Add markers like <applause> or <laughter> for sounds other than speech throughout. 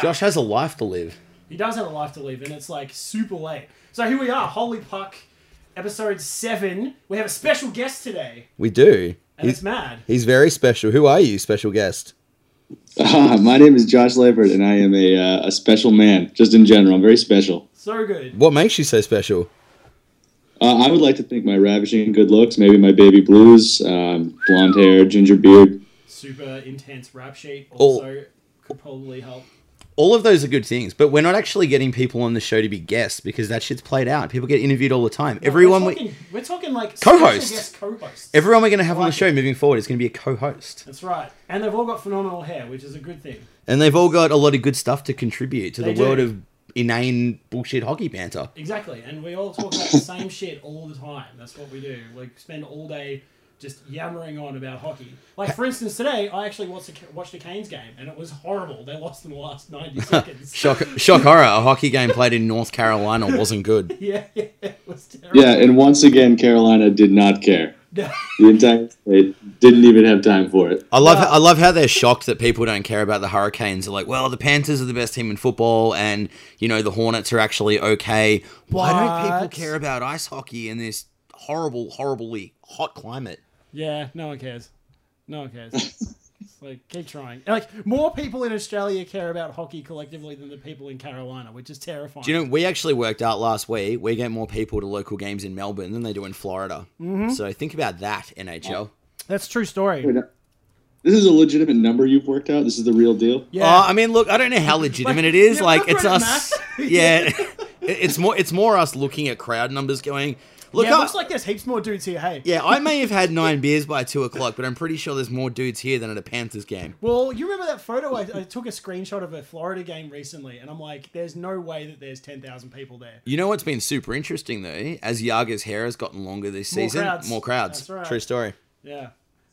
Josh has a life to live. He does have a life to live, and it's like super late. So here we are, Holy Puck, episode seven. We have a special guest today, We do. and He's, it's mad. he's very special. Who are you, special guest? Ah, <laughs> my name is Josh Lambert, and I am a, uh, a special man, just in general. I'm very special. So good. What makes you so special? Uh, I would like to think my ravishing good looks, maybe my baby blues, um, blonde hair, ginger beard. Super intense rap sheet. Oh. Also, could probably help. All of those are good things, but we're not actually getting people on the show to be guests because that shit's played out. People get interviewed all the time. Everyone we're we, talking, we're talking like Co-host. special guest co-host. everyone we're going to have on the Like show moving forward is going to be a co-host. That's right, and they've all got phenomenal hair, which is a good thing. And they've all got a lot of good stuff to contribute to They the world do. of inane bullshit hockey banter. Exactly, and we all talk about the same shit all the time. That's what we do. We spend all day just yammering on about hockey. Like for instance, today I actually watched the, watched the Canes game, and it was horrible. They lost in the last ninety <laughs> seconds. <laughs> Shock, shock horror, a hockey game played in North Carolina wasn't good. Yeah, <laughs> yeah, it was terrible. Yeah, and once again, Carolina did not care. No. The entire state didn't even have time for it. I love, I love how they're shocked that people don't care about the Hurricanes. They're like, well, the Panthers are the best team in football, and you know the Hornets are actually okay. Why don't people What? care about ice hockey in this horrible, horribly hot climate? <laughs> Yeah, no one cares. No one cares. It's like keep trying. Like more people in Australia care about hockey collectively than the people in Carolina, which is terrifying. Do you know we actually worked out last week? We get more people to local games in Melbourne than they do in Florida. Mm-hmm. So think about that, NHL. That's a true story. This is a legitimate number you've worked out. This is the real deal. Yeah. Uh, I mean, look, I don't know <laughs> how legitimate it is. yeah, Like, it's that's right, us. <laughs> Yeah, <laughs> It- it's more. It's more us looking at crowd numbers, going, look, yeah, it I- looks like there's heaps more dudes here. Hey, yeah, I may have <laughs> had nine beers by two o'clock, but I'm pretty sure there's more dudes here than at a Panthers game. Well, you remember that photo? I, I took a screenshot of a Florida game recently, and I'm like, there's no way that there's 10,000 people there. You know what's been super interesting though, as Yaga's hair has gotten longer this More season, crowds. more crowds. That's right. True story. Yeah,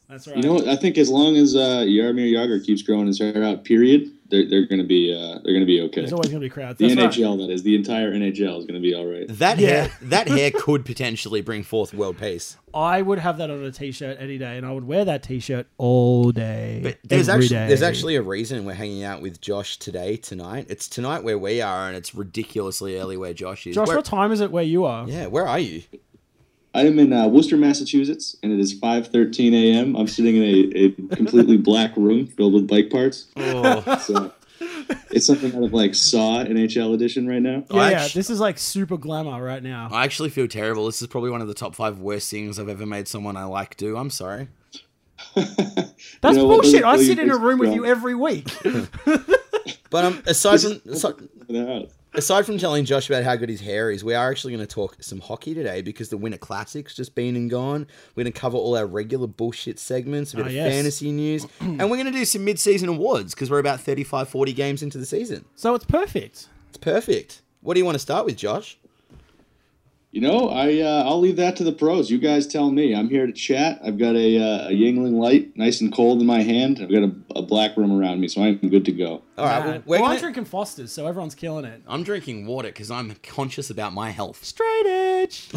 that's right. You know what? I think as long as uh, Yarmir Yager keeps growing his hair out, period, they're, they're gonna be uh, they're gonna be okay. there's always going to be crowds. The That's right. NHL, that is, the entire NHL is gonna be all right. That Yeah. hair, that <laughs> hair could potentially bring forth world peace. I would have that on a t shirt any day, and I would wear that t shirt all day. But there's every actually day. there's actually a reason we're hanging out with Josh today tonight. It's tonight where we are, and it's ridiculously early where Josh is. Josh, Where- what time is it where you are? yeah, where are you? I am in uh, Worcester, Massachusetts, and it is 5:13 a.m. I'm sitting in a, a <laughs> completely black room filled with bike parts. <laughs> Oh, So it's something out of like Saw NHL edition right now. <laughs> Yeah, I yeah, actu- this is like super glamour right now. I actually feel terrible. This is probably one of the top five worst things I've ever made someone I like do. I'm sorry. That's You know what, bullshit. doesn't I kill you sit in a makes room with you you drunk. every week. <laughs> But um, aside from aside, They're out. aside from telling Josh about how good his hair is, we are actually going to talk some hockey today because the Winter Classic's just been and gone. We're going to cover all our regular bullshit segments, a bit Ah, of yes. fantasy <clears throat> news, and we're going to do some mid-season awards because we're about 35, 40 games into the season. so it's perfect. It's perfect. What do you want to start with, Josh? You know, I uh, I'll leave that to the pros. You guys tell me. I'm here to chat. I've got a, uh, a Mm-hmm. Yingling light, nice and cold in my hand. I've got a, a black room around me, so I'm good to go. All right, Nah. well, we're well, I'm gonna- drinking Foster's, so everyone's killing it. I'm drinking water because I'm conscious about my health. Straight edge.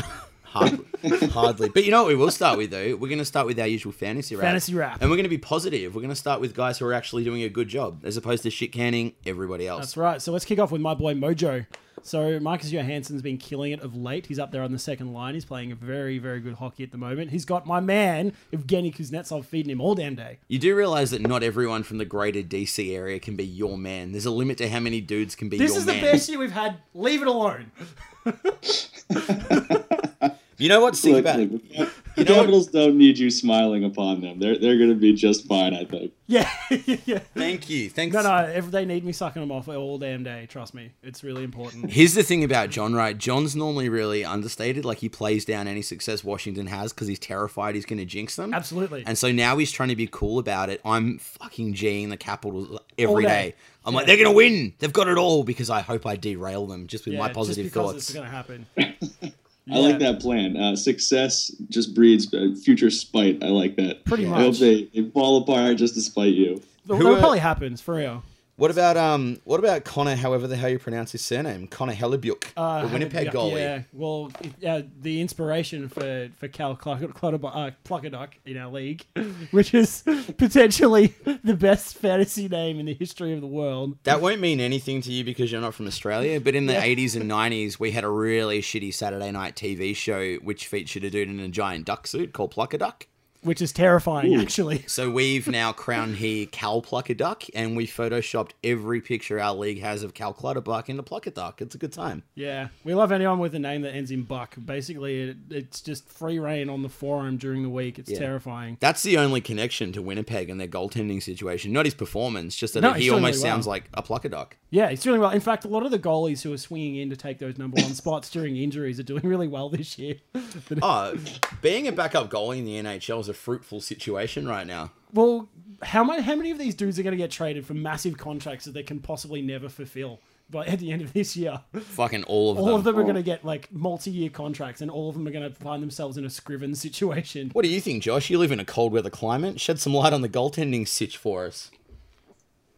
Hardly. <laughs> Hardly. But you know what we will start with, though? We're going to start with our usual fantasy rap. Fantasy rap. And we're going to be positive. We're going to start with guys who are actually doing a good job as opposed to shit canning everybody else. That's right. So let's kick off with my boy Mojo. So Marcus Johansson's been killing it of late. He's up there on the second line. He's playing a very, very good hockey at the moment. He's got my man Evgeny Kuznetsov feeding him all damn day. You do realize that not everyone from the greater DC area can be your man. There's a limit to how many dudes can be This your is the man. best year we've had. Leave it alone. You know what's sick Look, about look, the You know what- Capitals don't need you smiling upon them. They're they're going to be just fine, I think. <laughs> Yeah, <laughs> yeah. Thank you. Thanks. No, no. If they need me sucking them off all damn day, trust me, it's really <laughs> important. Here's the thing about John, right? John's normally really understated. Like, he plays down any success Washington has because he's terrified he's going to jinx them. Absolutely. And so now he's trying to be cool about it. I'm fucking G'ing the Capitals every All day. day. I'm like, they're going to win. They've got it all because I hope I derail them just with yeah, my positive just because thoughts. It's <laughs> gonna happen. I like Yeah. that plan. Uh, success just breeds uh, future spite. I like that. Pretty I hope much. they, they fall apart just to spite you. That Who are- probably happens for real. What about um? What about Connor? However the hell you pronounce his surname, Connor Hellebuck, Uh, the Winnipeg yeah, goalie. Yeah, well, it- uh, the inspiration for for Cal Cluck- Clutterbu- uh, Cluckaduck in our league, <laughs> which is potentially the best fantasy name in the history of the world. That won't mean anything to you because you're not from Australia, but in the 80s and 90s, we had a really shitty Saturday night TV show which featured a dude in a giant duck suit called Pluck a Duck. Which is terrifying, Ooh. actually. So we've now crowned he Cal Pluck a Duck, and we photoshopped every picture our league has of Cal Clutterbuck into Pluck a Duck. It's a good time. Yeah, we love anyone with a name that ends in buck. Basically, it, it's just free reign on the forum during the week. It's terrifying. That's the only connection to Winnipeg and their goaltending situation, not his performance, just that No, he he's doing almost really well. sounds like a Pluck a Duck. Yeah, it's doing well. In fact, a lot of the goalies who are swinging in to take those number one <laughs> spots during injuries are doing really well this year. Oh, being a backup goalie in the NHL is a fruitful situation right now. Well, how many how many of these dudes are going to get traded for massive contracts that they can possibly never fulfill? By <laughs> at the end of this year, Fucking all of all them. of them are going to get like multi-year contracts, and all of them are going to find themselves in a Scriven <laughs> situation. What do you think, Josh? You live in a cold weather climate. Shed some light on the goaltending sitch for us.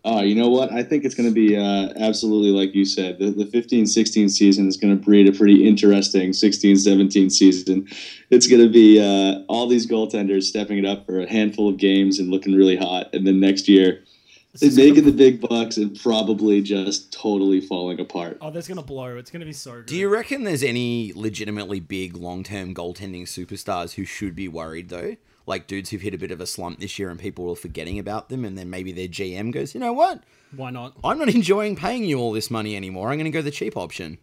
Oh, you know what? I think it's going to be uh, absolutely like you said. The, the 15 16 season is going to breed a pretty interesting 16 17 season. It's going to be uh, all these goaltenders stepping it up for a handful of games and looking really hot. And then next year, they're making the big bucks and probably just totally falling apart. Oh, that's going to blow! It's going to be so good. Do you reckon there's any legitimately big long term goaltending superstars who should be worried, though? Like dudes who've hit a bit of a slump this year and people are forgetting about them, and then maybe their GM goes, you know what? Why not? I'm not <laughs> enjoying paying you all this money anymore. I'm going to go the cheap option.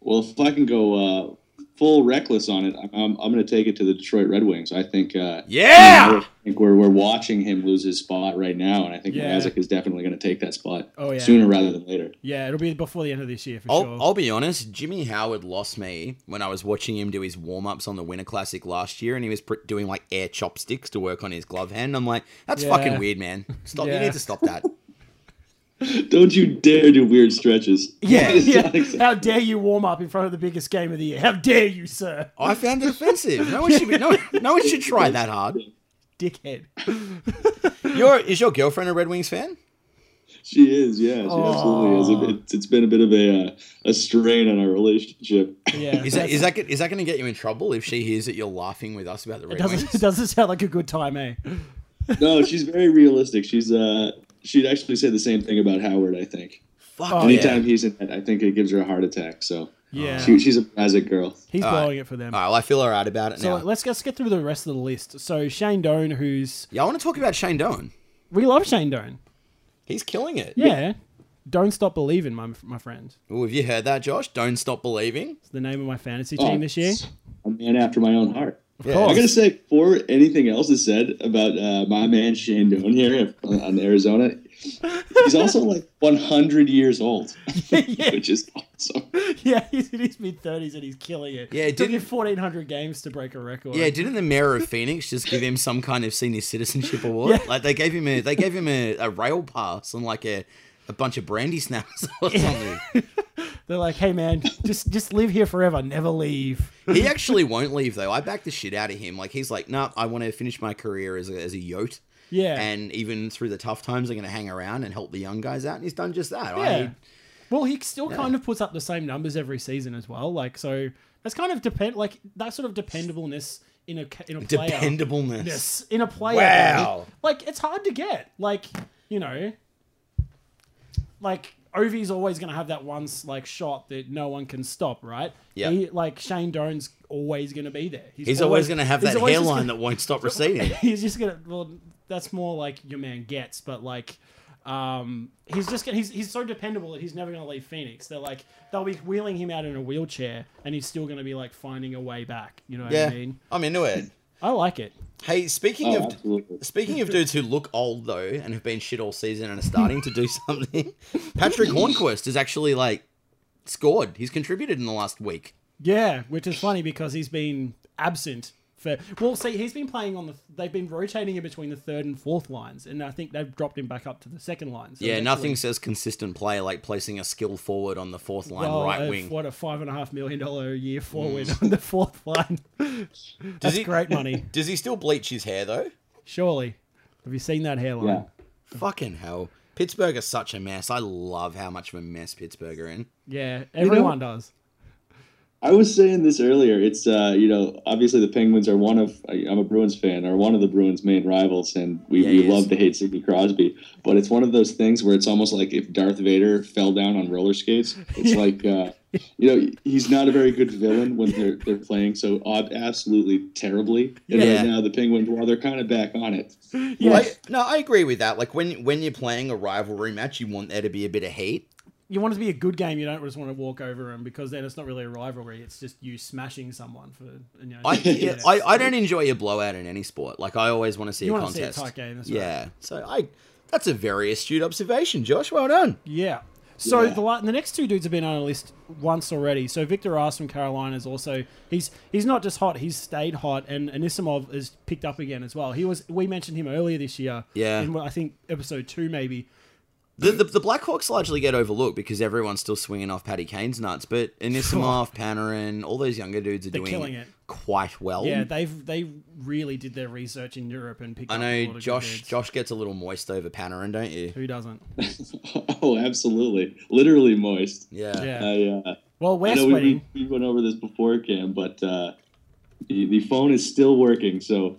Well, if I can go uh, full reckless on it, I'm, I'm, I'm going to take it to the Detroit Red Wings. I think. Uh, Yeah! I think we're, we're watching him lose his spot right now, and I think Yeah. Mrazek is definitely going to take that spot Oh, yeah. sooner rather than later. Yeah, it'll be before the end of this year for I'll, sure. I'll be honest, Jimmy Howard lost me when I was watching him do his warm ups on the Winter Classic last year, and he was pr- doing like air chopsticks to work on his glove hand. I'm like, that's Yeah. fucking weird, man. Stop. You <laughs> Yeah. need to stop that. Don't you dare do weird stretches. yeah, It's not yeah. acceptable. How dare you warm up in front of the biggest game of the year? How dare you, sir, I found it offensive. No one should be, no, one- no one should try that hard. dickhead? Your is your girlfriend a Red Wings fan? She is, yeah. She absolutely is. It, it's been a bit of a, uh, a strain on our relationship. <laughs> Yeah, Is that that's- is that is that going to get you in trouble if she hears that you're laughing with us about the Red <laughs> doesn't Wings? doesn't sound like a good time, eh? no, she's very realistic. She's uh, She'd actually say the same thing about Howard, I think. Fuck Oh, yeah. Anytime he's in it, I think it gives her a heart attack. So Yeah, she, she's a Mrazek girl. he's All right. blowing it for them. All right, well, I feel alright about it So now. let's let's get through the rest of the list. So Shane Doan, who's Yeah, I want to talk about Shane Doan. we love Shane Doan. He's killing it. Yeah, don't stop believing, my my friend. Ooh, have you heard that, Josh? Don't stop believing. It's the name of my fantasy Oh. team <laughs> this year. <laughs> A man after my own heart. Yeah. course. I gotta say, before anything else is said about uh, my man Shane Doan here on on Arizona, he's also like 100 years old, <laughs> yeah, which is awesome. yeah, he's in his mid thirties and he's killing it. Yeah, took him didn't- fourteen hundred games to break a record. Yeah, didn't the mayor of Phoenix just give him some kind of senior citizenship award? Like they gave him a they gave him a, a rail pass and like a, a bunch of brandy snaps <laughs> or something. they're like, <laughs> hey man, just just live here forever, never leave. he actually won't leave though. I back the shit out of him. Like he's like, nah, I want to finish my career as a, as a yote. Yeah, And even through the tough times, I'm going to hang around and help the young guys out. And he's done just that. yeah. I, Well, he still kind of puts up the same numbers every season as well. Like so, that's kind of depend like that sort of dependableness in a ca- in a player. dependableness. Yes, in a player. Wow. Like it's hard to get. Like you know, like Ovi's always going to have that one s- like shot that no one can stop, right? Yeah. He, like Shane Doan's always going to be there. He's always going to have he's that always just hairline gonna- that won't stop <laughs> receding. he's just gonna. Well, that's more like your man gets, but like. Um, he's just gonna, he's he's so dependable that he's never gonna leave Phoenix. They're like they'll be wheeling him out in a wheelchair, and he's still gonna be like finding a way back. You know what yeah. I mean? I'm into it. I like it. Hey, speaking Oh, of absolutely. speaking of dudes who look old though and have been shit all season and are starting to do <laughs> something, <laughs> Patrick Hornquist has actually like scored. He's contributed in the last week. Yeah, which is funny because he's been absent for. Well, see, he's been playing on the. They've been rotating him between the third and fourth lines, and I think they've dropped him back up to the second line. So Yeah, next nothing week- says consistent play like placing a skill forward on the fourth line well, right uh, wing. Mm. What a five and a half million dollar a year forward <laughs> on the fourth line. That's he- great money, Does he still bleach his hair though? surely. Have you seen that hairline? Yeah. Fucking hell. Pittsburgh are such a mess. I love how much of a mess Pittsburgh are in. Yeah, everyone does. I was saying this earlier. It's uh, you know, obviously the Penguins are one of I- I'm a Bruins fan, are one of the Bruins' main rivals, and we, Yeah, we he is. love to hate Sidney Crosby. But it's one of those things where it's almost like if Darth Vader fell down on roller skates. <laughs> It's like uh, you know, he's not a very good villain when they're they're playing so ob- absolutely terribly. And Yeah. right now the Penguins, well, they're kind of back on it. <laughs> Yeah, Like, no, I agree with that. Like when when you're playing a rivalry match, you want there to be a bit of heat. you want it to be a good game. You don't just want to walk over them because then it's not really a rivalry. It's just you smashing someone for you know. I <laughs> yeah, I, I don't enjoy a blowout in any sport. Like I always want to see you a want to see a contest. tight game. That's right. yeah. So I that's a very astute observation, Josh. Well done. Yeah. So Yeah. the la- the next two dudes have been on a list once already. So Victor Ars from Carolina is also he's he's not just hot, he's stayed hot, and Anisimov is picked up again as well. He was we mentioned him earlier this year. Yeah. in, I think episode two maybe. The, the, the Blackhawks largely get overlooked because everyone's still swinging off Paddy Kane's nuts, but Anisimov, Panarin, all those younger dudes are doing killing it. quite well. Yeah, they've they really did their research in Europe and picked. I up a lot of know good Josh. dudes. Josh gets a little moist over Panarin, don't you? Who doesn't? oh, absolutely, literally moist. Yeah. Yeah. I uh, Well, I we're know we, sweating. we, we went over this before, Cam, but uh, the, the phone is still working. So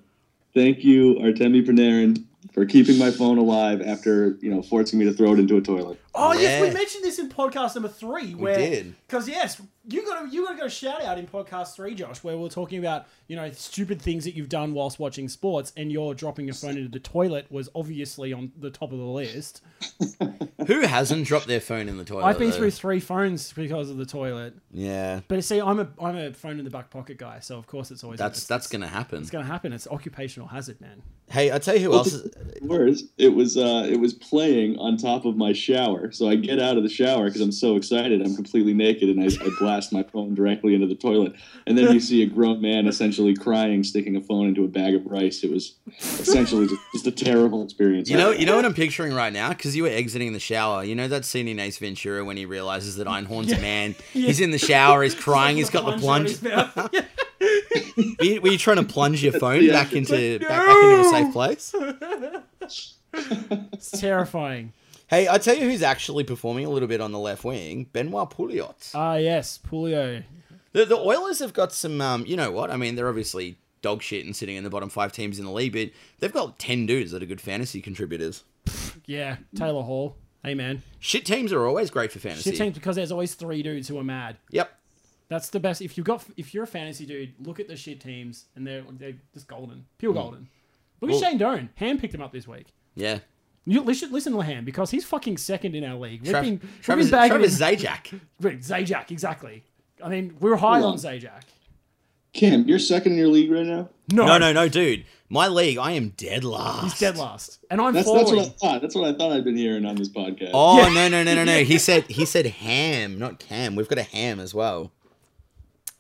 thank you, Artemi Panarin, for keeping my phone alive after you know forcing me to throw it into a toilet. Oh yes, we Yeah. mentioned this in podcast number three. We Where, did. Because yes, you got to you got to go shout out in podcast three, Josh, where we are talking about you know stupid things that you've done whilst watching sports, and your dropping your phone into the toilet was obviously on the top of the list. Who hasn't dropped their phone in the toilet? I've been though? through three phones because of the toilet. Yeah, But see, I'm a I'm a phone in the back pocket guy, so of course it's always that's it's, that's gonna happen. it's going to happen. It's occupational hazard, man. Hey, I tell you who else. Is, Worse, it was uh, it was playing on top of my shower. So I get out of the shower because I'm so excited. I'm completely naked, and I, I blast my phone directly into the toilet. And then you see a grown man essentially crying, sticking a phone into a bag of rice. It was essentially just, just a terrible experience. you know, you know <laughs> what I'm picturing right now because you were exiting the shower. You know that scene in Ace Ventura when he realizes <laughs> that Einhorn's a man. He's in the shower. He's <laughs> crying. he's got the plunge. Were you, were you trying to plunge your phone Yeah. back into back, back into a safe place? <laughs> it's terrifying. Hey, I tell you who's actually performing a little bit on the left wing, Benoit Pouliot. Ah yes, Pulio. The, the Oilers have got some, um, you know what? I mean, they're obviously dog shit and sitting in the bottom five teams in the league, but they've got 10 dudes that are good fantasy contributors. Yeah, Taylor Hall. Hey man, Shit teams are always great for fantasy. shit teams because there's always three dudes who are mad. Yep. That's the best. If you've got, if you're a fantasy dude, look at the shit teams, and they're they're just golden, pure golden. Look Mm. Well- at Shane Doan. Ham picked him up this week. Yeah. You listen, listen to Ham because he's fucking second in our league. We've Tra- been, Travis, we've been bagging Travis him- <laughs> Zajac. Wait, Zajac, exactly. I mean, we were high Hold on on. Zajac. Cam, you're second in your league right now. No, No, no, no, dude. My league, I am dead last. he's dead last, and I'm That's, that's falling. what I thought. That's what I thought I'd been hearing on this podcast. Oh, no, no, no, no, <laughs> no. He said he said ham, not cam. We've got a ham as well.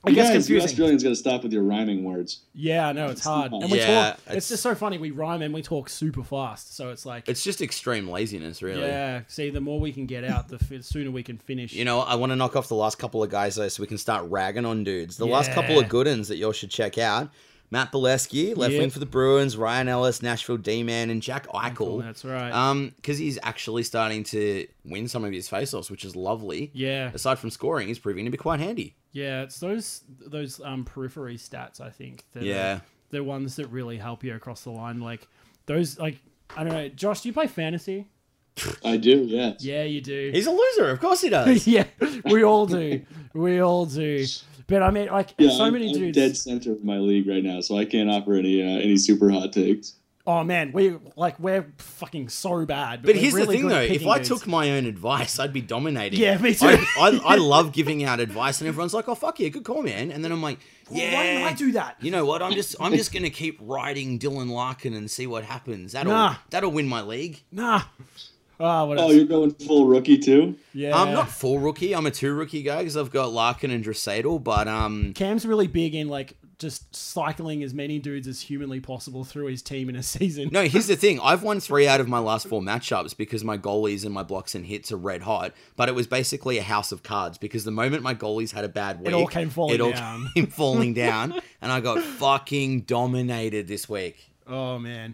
I guess Guys, you confusing. Australians got to stop with your rhyming words. Yeah, I know it's hard, and we Yeah, talk. it's- It's just so funny. We rhyme and we talk super fast, so it's like, It's just extreme laziness, really. yeah. See, the more we can get out, the f- sooner we can finish. You know, I want to knock off the last couple of guys though, so we can start ragging on dudes. The last couple of Yeah. good ones that y'all should check out: Matt Bolesky, left Yep. wing for the Bruins; Ryan Ellis, Nashville D-man, and Jack Eichel. Oh, that's right. Um, because he's actually starting to win some of his faceoffs, which is lovely. yeah, Aside from scoring, he's proving to be quite handy. Yeah, it's those those um, periphery stats. I think. That Yeah. are, they're ones that really help you across the line. Like those, like I don't know, Josh. Do you play fantasy? I do, yes. Yeah, you do. <laughs> He's a loser, of course he does. yeah, we all do. We all do. But I mean, like Yeah, so I'm, many I'm dudes. dead center of my league right now, so I can't offer any uh, any super hot takes. Oh man, we like we're fucking so bad. But we're here's really the thing, good though: at if picking I dudes. took my own advice, I'd be dominating. Yeah, me too. I, <laughs> I, I love giving out advice, and everyone's like, "Oh, fuck yeah, good call, man." And then I'm like, Well, "Yeah, why didn't I do that? You know what? I'm just I'm just gonna keep riding Dylan Larkin and see what happens. That'll Nah. that'll win my league. Nah. Ah, what Oh, else? you're going full rookie too? yeah. I'm not full rookie. I'm a two rookie guy because I've got Larkin and Dreisaitl. But um, Cam's really big in like just cycling as many dudes as humanly possible through his team in a <laughs> season. no, here's the thing. I've won three out of my last four matchups because my goalies and my blocks and hits are red hot. But it was basically a house of cards because the moment my goalies had a bad week, all came falling it all down. <laughs> came falling <laughs> down, and I got fucking dominated this week Oh man.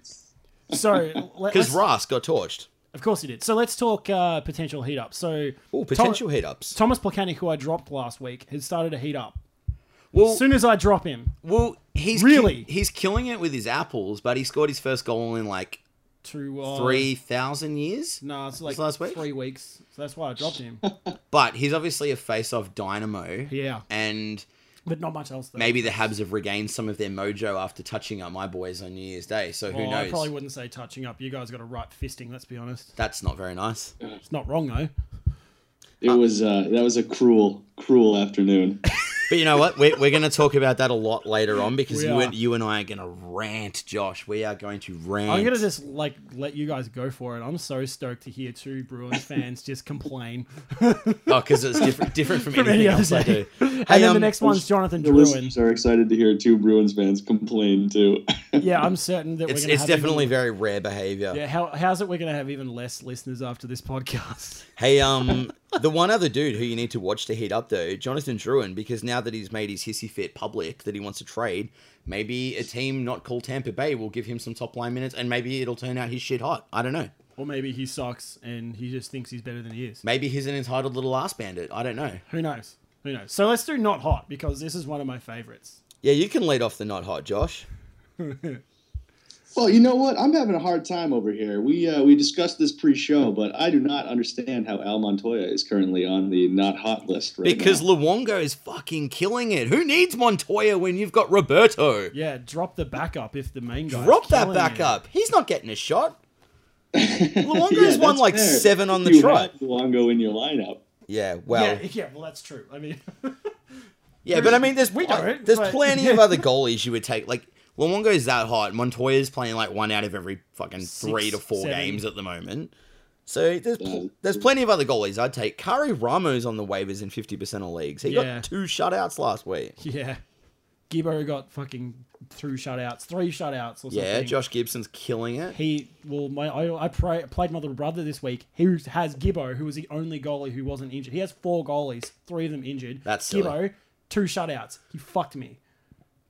So let- because <laughs> let's, Ross got torched. Of course he did. So let's talk uh, potential heat up. So Oh, Tom- potential heat ups. Thomas Placanic, who I dropped last week, has started to heat up. Well, As soon as I drop him, well, he's ki- Really? he's killing it with his apples, but he scored his first goal in like to uh, three thousand years. No, it's like last week? three weeks. So that's why I dropped <laughs> him. But he's obviously a face-off dynamo, yeah, and but not much else. Though. maybe the Habs have regained some of their mojo after touching up my boys on New Year's Day. So who Well, Oh, I knows? probably wouldn't say touching up. You guys got a right fisting. Let's be honest. That's not very nice. It's not wrong though. It was uh, that was a cruel, cruel <laughs> afternoon. But you know what? We're, we're going to talk about that a lot later on because We you are. and, you and I are going to rant, Josh. We are going to rant. I'm gonna just like let you guys go for it. I'm so stoked to hear <laughs> two Bruins fans just complain. <laughs> Oh, because it's different, different from, From anything any other else I day. do. and Hey, then the um, next one's Jonathan The Druin. listeners are excited to hear two Bruins fans complain too. <laughs> Yeah, I'm certain that we're It's, gonna it's have definitely even, very rare behavior. yeah. How, how's it? We're gonna have even less listeners after this podcast. <laughs> Hey, um, the one other dude who you need to watch to heat up though, Jonathan Druin, because now that he's made his hissy fit public that he wants to trade, maybe a team not called Tampa Bay will give him some top line minutes, and maybe it'll turn out he's shit hot. I don't know. or maybe he sucks and he just thinks he's better than he is. Maybe he's an entitled little ass bandit. I don't know. Who knows? Who knows? So let's do not hot because this is one of <laughs> my favorites. Yeah, you can lead off the not hot, Josh. Well, you know what? I'm having a hard time over here. We uh, we discussed this pre-show, but I do not understand how Al Montoya is currently on the not hot list right Because now. Luongo is fucking killing it. Who needs Montoya when you've got Roberto? Yeah, drop the backup if the main guy. Drop that back up. He's not getting a <laughs> shot. Yeah, Luongo's won that's like fair. seven on the you trot. have Luongo in your lineup. Yeah, well, yeah, yeah, well that's true. I mean, <laughs> yeah, but I mean, there's We don't, there's but- plenty <laughs> of other goalies you would take. Like Luongo's that hot. Montoya's playing like one out of every fucking three to four seven. games at the moment. So there's pl- Yeah. there's plenty of other goalies I'd take. Kari Ramos on the waivers in fifty percent of leagues. He Yeah. got two shutouts last week. <laughs> yeah, Gibbo got fucking through shutouts, three shutouts or something. Yeah, Josh Gibson's killing it. He well, my I, I pray, played my little brother this week. He has Gibbo, who was the only goalie who wasn't injured. He has four goalies, three of them injured. That's silly. Gibbo, two shutouts. He <laughs> fucked me.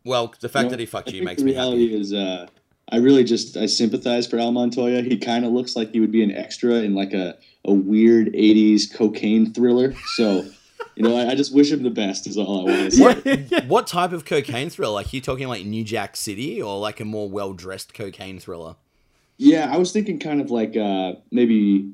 Well, the fact No, that he fucked I you <laughs> think makes the me reality happy. is, uh, I really just I sympathize for Al Montoya. He kind of looks like he would be an extra in like a, a weird '80s cocaine thriller. So, <laughs> you know, I, I just wish him the best. Is all I want to say. What type of cocaine thriller? Like you talking like New Jack City or like a more well dressed cocaine thriller? Yeah, I was thinking kind of like uh, maybe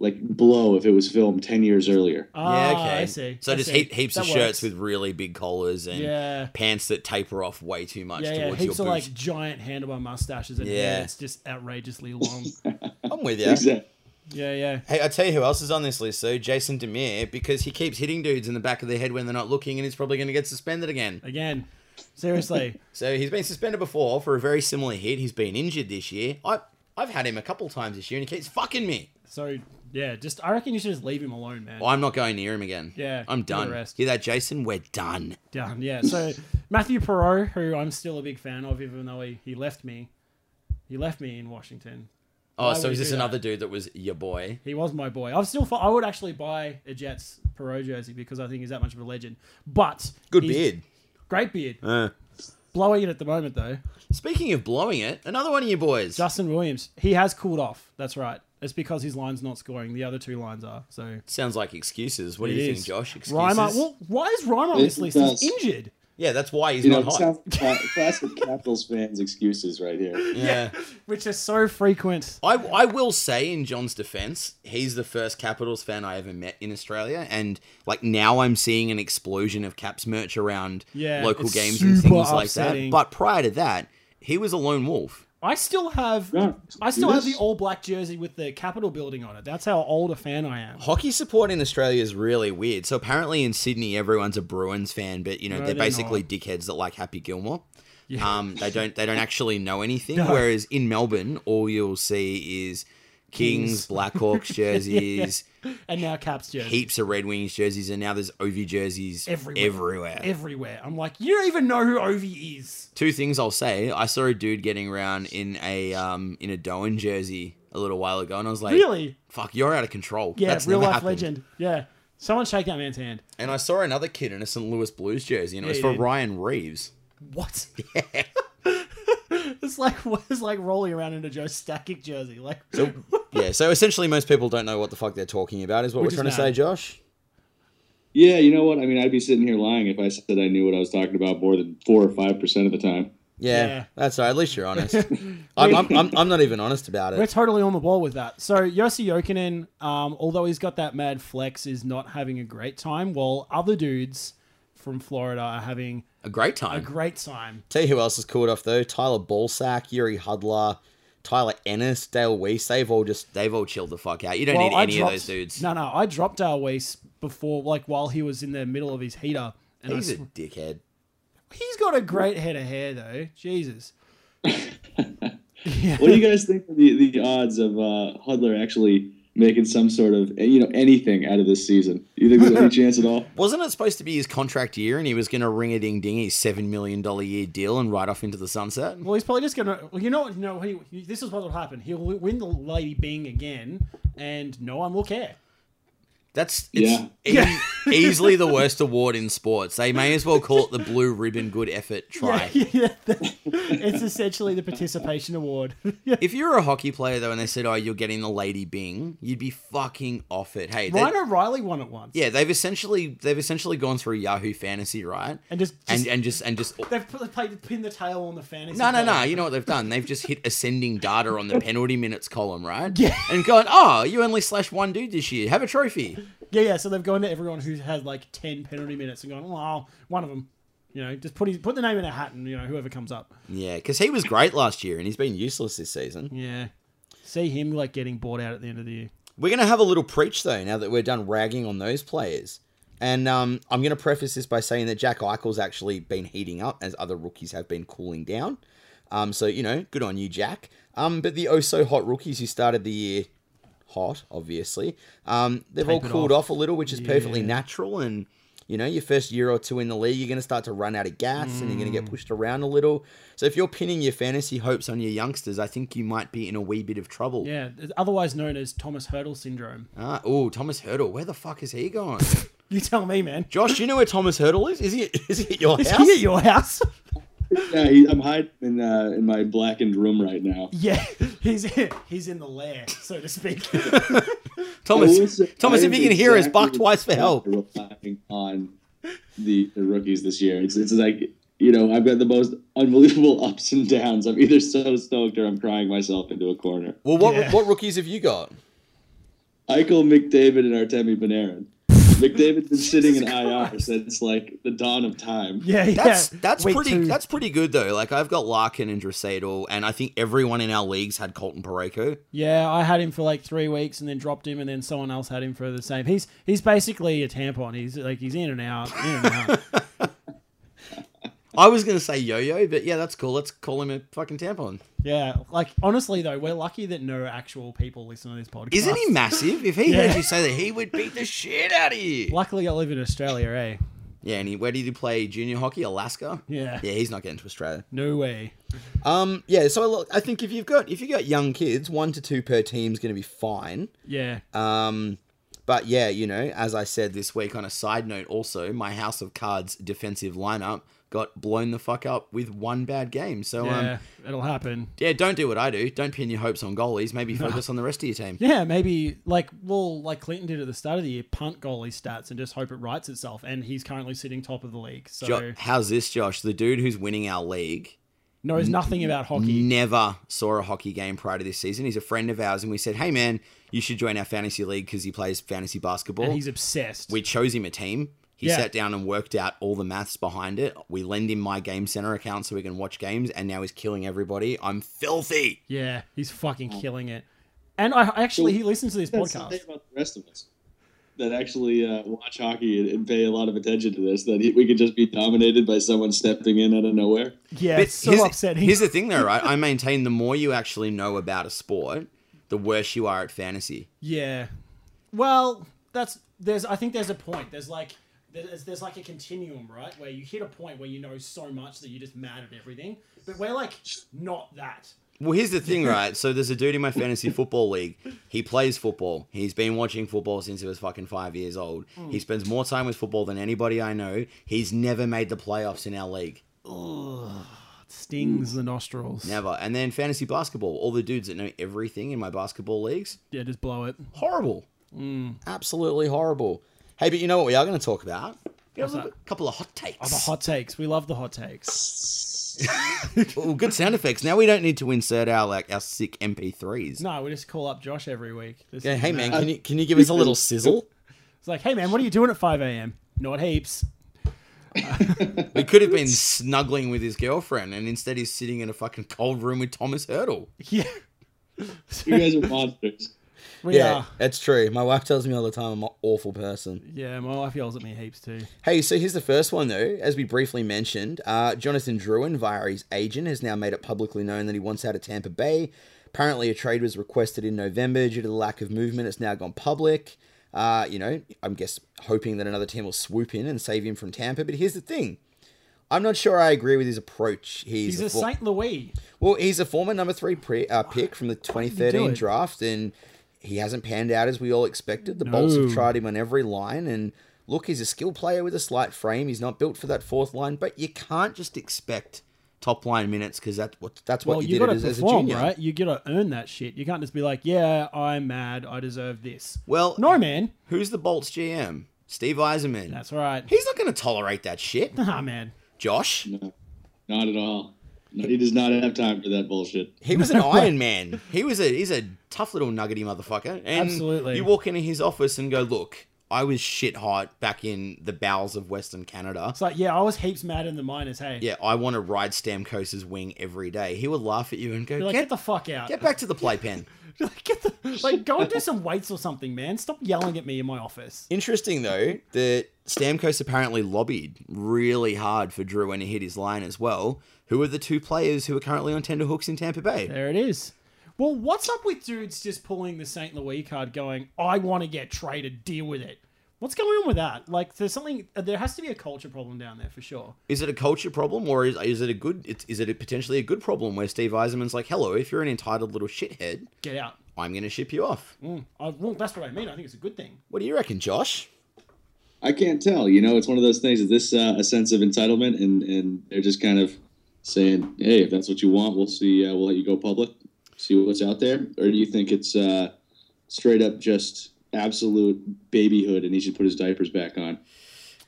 like Blow if it was filmed ten years earlier. Ah, I see. So I just see. heap, heaps That of shirts works. with really big collars and yeah. pants that taper off way too much Yeah, yeah, towards heaps your of boot. like giant handlebar mustaches and hair Yeah. that's just outrageously long. <laughs> I'm with you. Exactly. yeah, yeah. Hey, I tell you who else is on this list though, Jason Demir, because he keeps hitting dudes in the back of their head when they're not looking, and he's probably going to get suspended again. Again, seriously. So he's been suspended before for a very similar hit. He's been injured this year. I I've had him a couple times this year, and he keeps fucking me. Oh, so yeah, just I reckon you should just leave him alone, man. I'm not going near him again. Yeah, I'm give it a done. rest. Hear that, Jason? We're done. Down, yeah. So Matthew Perot, who I'm still a big fan of, even though he, he left me, he left me in Washington. Oh, Why so would is you this do that? another dude that was your boy? He was my boy. I'm still. fo- I would actually buy a Jets Perot jersey because I think he's that much of a legend. But Good he's- beard. great beard. Uh, Blowing it at the moment though. speaking of blowing it, another one of your boys. Justin Williams, he has cooled off. That's right. It's because his line's not scoring. The other two lines are. So Sounds like excuses. What It do you is. think, Josh? Excuses. Reimer, well, why is Reimer on It this list? He's does. injured. yeah, that's why he's You know, not hot. South, cla- classic Capitals fans excuses right here. yeah. <laughs> which is so frequent. I, I will say in John's defense, he's the first Capitals fan I ever met in Australia, and like now I'm seeing an explosion of Caps merch around Yeah, local it's games and super things like upsetting. that. But prior to that, he was a lone wolf. I still have, Yeah. I still have the Yes. all black jersey with the Capitol building on it. That's how old a fan I am. Hockey support in Australia is really weird. So apparently in Sydney, everyone's a Bruins fan, but you know No, they're, they're basically not. dickheads that like Happy Gilmore. Yeah. Um, they don't they don't actually know anything. <laughs> No. Whereas in Melbourne, all you'll see is Kings, Kings. <laughs> Blackhawks jerseys, And now Caps jersey heaps of Red Wings jerseys, and now there's Ovi jerseys Everywhere. everywhere. everywhere. I'm like, you don't even know who Ovi is. Two things I'll say: I saw a dude getting around in a um in a Doan jersey a little while ago, and I was like, Really? Fuck, you're out of control. Yeah, That's real never life happened. legend. Yeah, someone shake that man's hand. And I saw another kid in a St. Louis Blues jersey, and it Yeah, was you for did. Ryan Reeves. <laughs> What? <laughs> it's like it's like rolling around in a Joe Stackick jersey. Like, yeah, so essentially, most people don't know what the fuck they're talking about, is what Which we're trying is to say, mad. Josh. Yeah, you know what? I mean, I'd be sitting here lying if I said I knew what I was talking about more than four or five percent of the time. Yeah, Yeah. that's all right. At least you're <laughs> honest. I'm, I'm, I'm, I'm not even honest about <laughs> We're it. totally on the ball with that. So Yossi Jokinen, um, although he's got that mad flex, is not having a great time, while other dudes from Florida are having A great a time. great time. Tell you who else is cooled off though: Tyler Ballsack, Yuri Hudler, Tyler Ennis, Dale Weiss. They've all just they've all chilled the fuck out. You don't Well, need I any dropped- of those dudes. No, no, I dropped Dale Weiss before, like while he was in the middle of his heater. And I He's a sw- dickhead. he's got a great head of hair though. Jesus. yeah. What do you guys think of the the odds of uh, Hudler actually making some sort of you know anything out of this season? You think there's any chance <laughs> at all? Wasn't it supposed to be his contract year, and he was going to ring a ding ding his seven million dollar year deal and ride off into the sunset? Well, he's probably just gonna. Well, you know what? You know, he, he- this is what will happen. He'll win the Lady Bing again, and no one will care. That's Yeah. it's e- <laughs> easily the worst award in sports. They may as well call it the blue ribbon good effort try. <laughs> Yeah, yeah, that- it's essentially the participation award. <laughs> If you're a hockey player though, and they said, "Oh, you're getting the Lady Bing," you'd be fucking off it. Hey, they- Ryan O'Reilly won it once. yeah, they've essentially they've essentially gone through Yahoo Fantasy, right? and just, just and and just and just they've put, played pin the tail on the fantasy. no no no player. you know what they've done they've just hit ascending data on the penalty minutes column right Yeah. and gone oh you only slashed one dude this year have a trophy Yeah, yeah. So they've gone to everyone who had like ten penalty minutes and gone, well, one of them, you know, just put his, put the name in a hat and you know whoever comes up. yeah because he was great last year and he's been useless this season Yeah. See him like getting bored out at the end of the year. We're going to have a little preach, though, now that we're done ragging on those players. And um, I'm going to preface this by saying that Jack Eichel's actually been heating up as other rookies have been cooling down. Um, so, you know, good on you, Jack. Um, but the oh so hot rookies who started the year hot, obviously, um, they've Tapered all cooled off. a little, which is perfectly Yeah. natural. And, you know, your first year or two in the league, you're going to start to run out of gas and you're going Mm. to get pushed around a little. So, if you're pinning your fantasy hopes on your youngsters, I think you might be in a wee bit of trouble. Yeah, it's otherwise known as Thomas Hurdle syndrome. Ah, oh, Thomas Hurdle. Where the fuck is he going? You tell me, man. Josh, do you know where Thomas Hurdle is? Is he is he at your Is house? he at your house? Yeah, he, I'm hiding in, uh, in my blackened room right now. yeah, he's he's in the lair, so to <laughs> speak. I will <laughs> Thomas, say, Thomas, I if you am can hear us, bark exactly twice for help. Relying on the, the rookies this year, it's, it's like you know I've got the most unbelievable <laughs> ups and downs. I'm either so stoked or I'm crying myself into a corner. Well, what Yeah. what rookies have you got? Eichel, McDavid, and Artemi Panarin. McDavid's <laughs> been sitting in IR since like the dawn of time. yeah, yeah. That's that's Week pretty two. that's pretty good though. Like I've got Larkin and Dreisaitl, and I think everyone in our leagues had Colton Pareko. yeah. I had him for like three weeks and then dropped him, and then someone else had him for the same. He's he's basically a tampon. He's like he's in and out, in and out. I was gonna say Yo-Yo, but yeah, that's cool. Let's call him a fucking tampon. yeah, like honestly though, we're lucky that no actual people listen to this podcast. Isn't he massive? If he Yeah. heard you say that, he would beat the shit out of you. Luckily, I live in Australia, eh? Yeah, and he, where did he play junior hockey? Alaska. Yeah. Yeah, he's not getting to Australia. No way. Um, yeah. So look, I think if you've got if you have got young kids, one to two per team is going to be fine. Yeah. Um, but yeah, you know, as I said this week on a side note, also my House of Cards defensive lineup got blown the fuck up with one bad game. So yeah. um, it'll happen. yeah, don't do what I do. Don't pin your hopes on goalies. Maybe focus on the rest of your <laughs> team. Yeah, maybe like well, like Clinton did at the start of the year, punt goalie stats and just hope it writes itself. And he's currently sitting top of the league, so Jo- how's this, Josh? The dude who's winning our league knows nothing about hockey. never saw a hockey game prior to this season. He's a friend of ours, and we said, "Hey, man, you should join our fantasy league because he plays fantasy basketball." And he's obsessed. we chose him a team. He Yeah. sat down and worked out all the maths behind it. We lend him my game center account so we can watch games, and now he's killing everybody. I'm filthy. yeah, he's fucking Oh. killing it. And I actually, he listens to this That's the thing podcast. about the rest of us that actually uh, watch hockey and, and pay a lot of attention to this. That he, we could just be dominated by someone stepping in out of nowhere. Yeah, But it's so here's, upsetting. Here's the thing, though, right? I maintain the more you actually know about a sport, the worse you are at fantasy. Yeah. Well, that's there's. I think there's a point. There's like there's there's like a continuum, right? Where you hit a point where you know so much that you're just mad at everything. But we're like not that. Well, here's the thing, right? So there's a dude in my fantasy football league. He plays football. He's been watching football since he was fucking five years old. Mm. He spends more time with football than anybody I know. He's never made the playoffs in our league. Stings the nostrils. Mm. Never. And then fantasy basketball. All the dudes that know everything in my basketball leagues. Yeah, just blow it. Horrible. Mm. Absolutely horrible. Hey, but you know what we are going to talk about? What's A couple of hot takes. Oh, the hot takes. We love the hot takes. Oh, good sound effects. Now we don't need to insert our like our sick MP3s. No, we just call up Josh every week. This Yeah, is- hey man, can you can you give us a <laughs> little sizzle? It's like, hey man, what are you doing at 5 a.m.? Not heaps. <laughs> We could have been snuggling with his girlfriend, and instead he's sitting in a fucking cold room with Thomas Hurdle. Yeah. You guys are monsters. We are. that's true. My wife tells me all the time I'm an awful person. Yeah, my wife yells at me heaps too. Hey, so here's the first one though. As we briefly mentioned, uh, Jonathan Druin, via his agent, has now made it publicly known that he wants out of Tampa Bay. Apparently, a trade was requested in November due to the lack of movement. It's now gone public. Uh, you know, I'm guess hoping that another team will swoop in and save him from Tampa. But here's the thing. I'm not sure I agree with his approach. He's, He's a fo- Saint Louis. Well, he's a former number three pre, uh, pick from the do 2013 it? draft, and he hasn't panned out as we all expected. The Bolts have No. tried him on every line, and look, he's a skilled player with a slight frame. He's not built for that fourth line, but you can't just expect top line minutes because that's what that's what Well, you, you, did gotta as, as a perform, junior. right? You gotta earn that shit. You can't just be like, yeah, I'm mad, I deserve this. Well, no, man. who's the Bolts GM? Steve Eiserman. That's right. <laughs> He's not going to tolerate that shit, Nah, man. Josh. No, not at all. No, he does not have time for that bullshit. He was an Iron Man. He was a he's a tough little nuggety motherfucker. And Absolutely. You walk into his office and go, look, I was shit hot back in the bowels of Western Canada. It's like, yeah, I was heaps mad in the minors, hey. Yeah, I want to ride Stamkos's wing every day. He would laugh at you and go, You're like, get, get, the fuck out. get back to the playpen. like, get the, <laughs> like, <laughs> go and do some weights or something, man. Stop yelling at me in my office. Interesting though that Stamkos apparently lobbied really hard for Drew when he hit his line as well. Who are the two players who are currently on tender hooks in Tampa Bay? There it is. Well, what's up with dudes just pulling the St. Louis card going, I want to get traded, deal with it? What's going on with that? Like, there's something, there has to be a culture problem down there for sure. Is it a culture problem or is, is it a good? It's, is it a potentially a good problem where Steve Eiserman's like, "Hello, if you're an entitled little shithead, Get out. I'm going to ship you off. Mm. I, well, that's what I mean. I think it's a good thing. What do you reckon, Josh? I can't tell. You know, it's one of those things. Is this uh, a sense of entitlement, and and they're just kind of saying, "Hey, if that's what you want, we'll see. Uh, we'll let you go public, see what's out there." Or do you think it's uh, straight up just absolute babyhood, and he should put his diapers back on?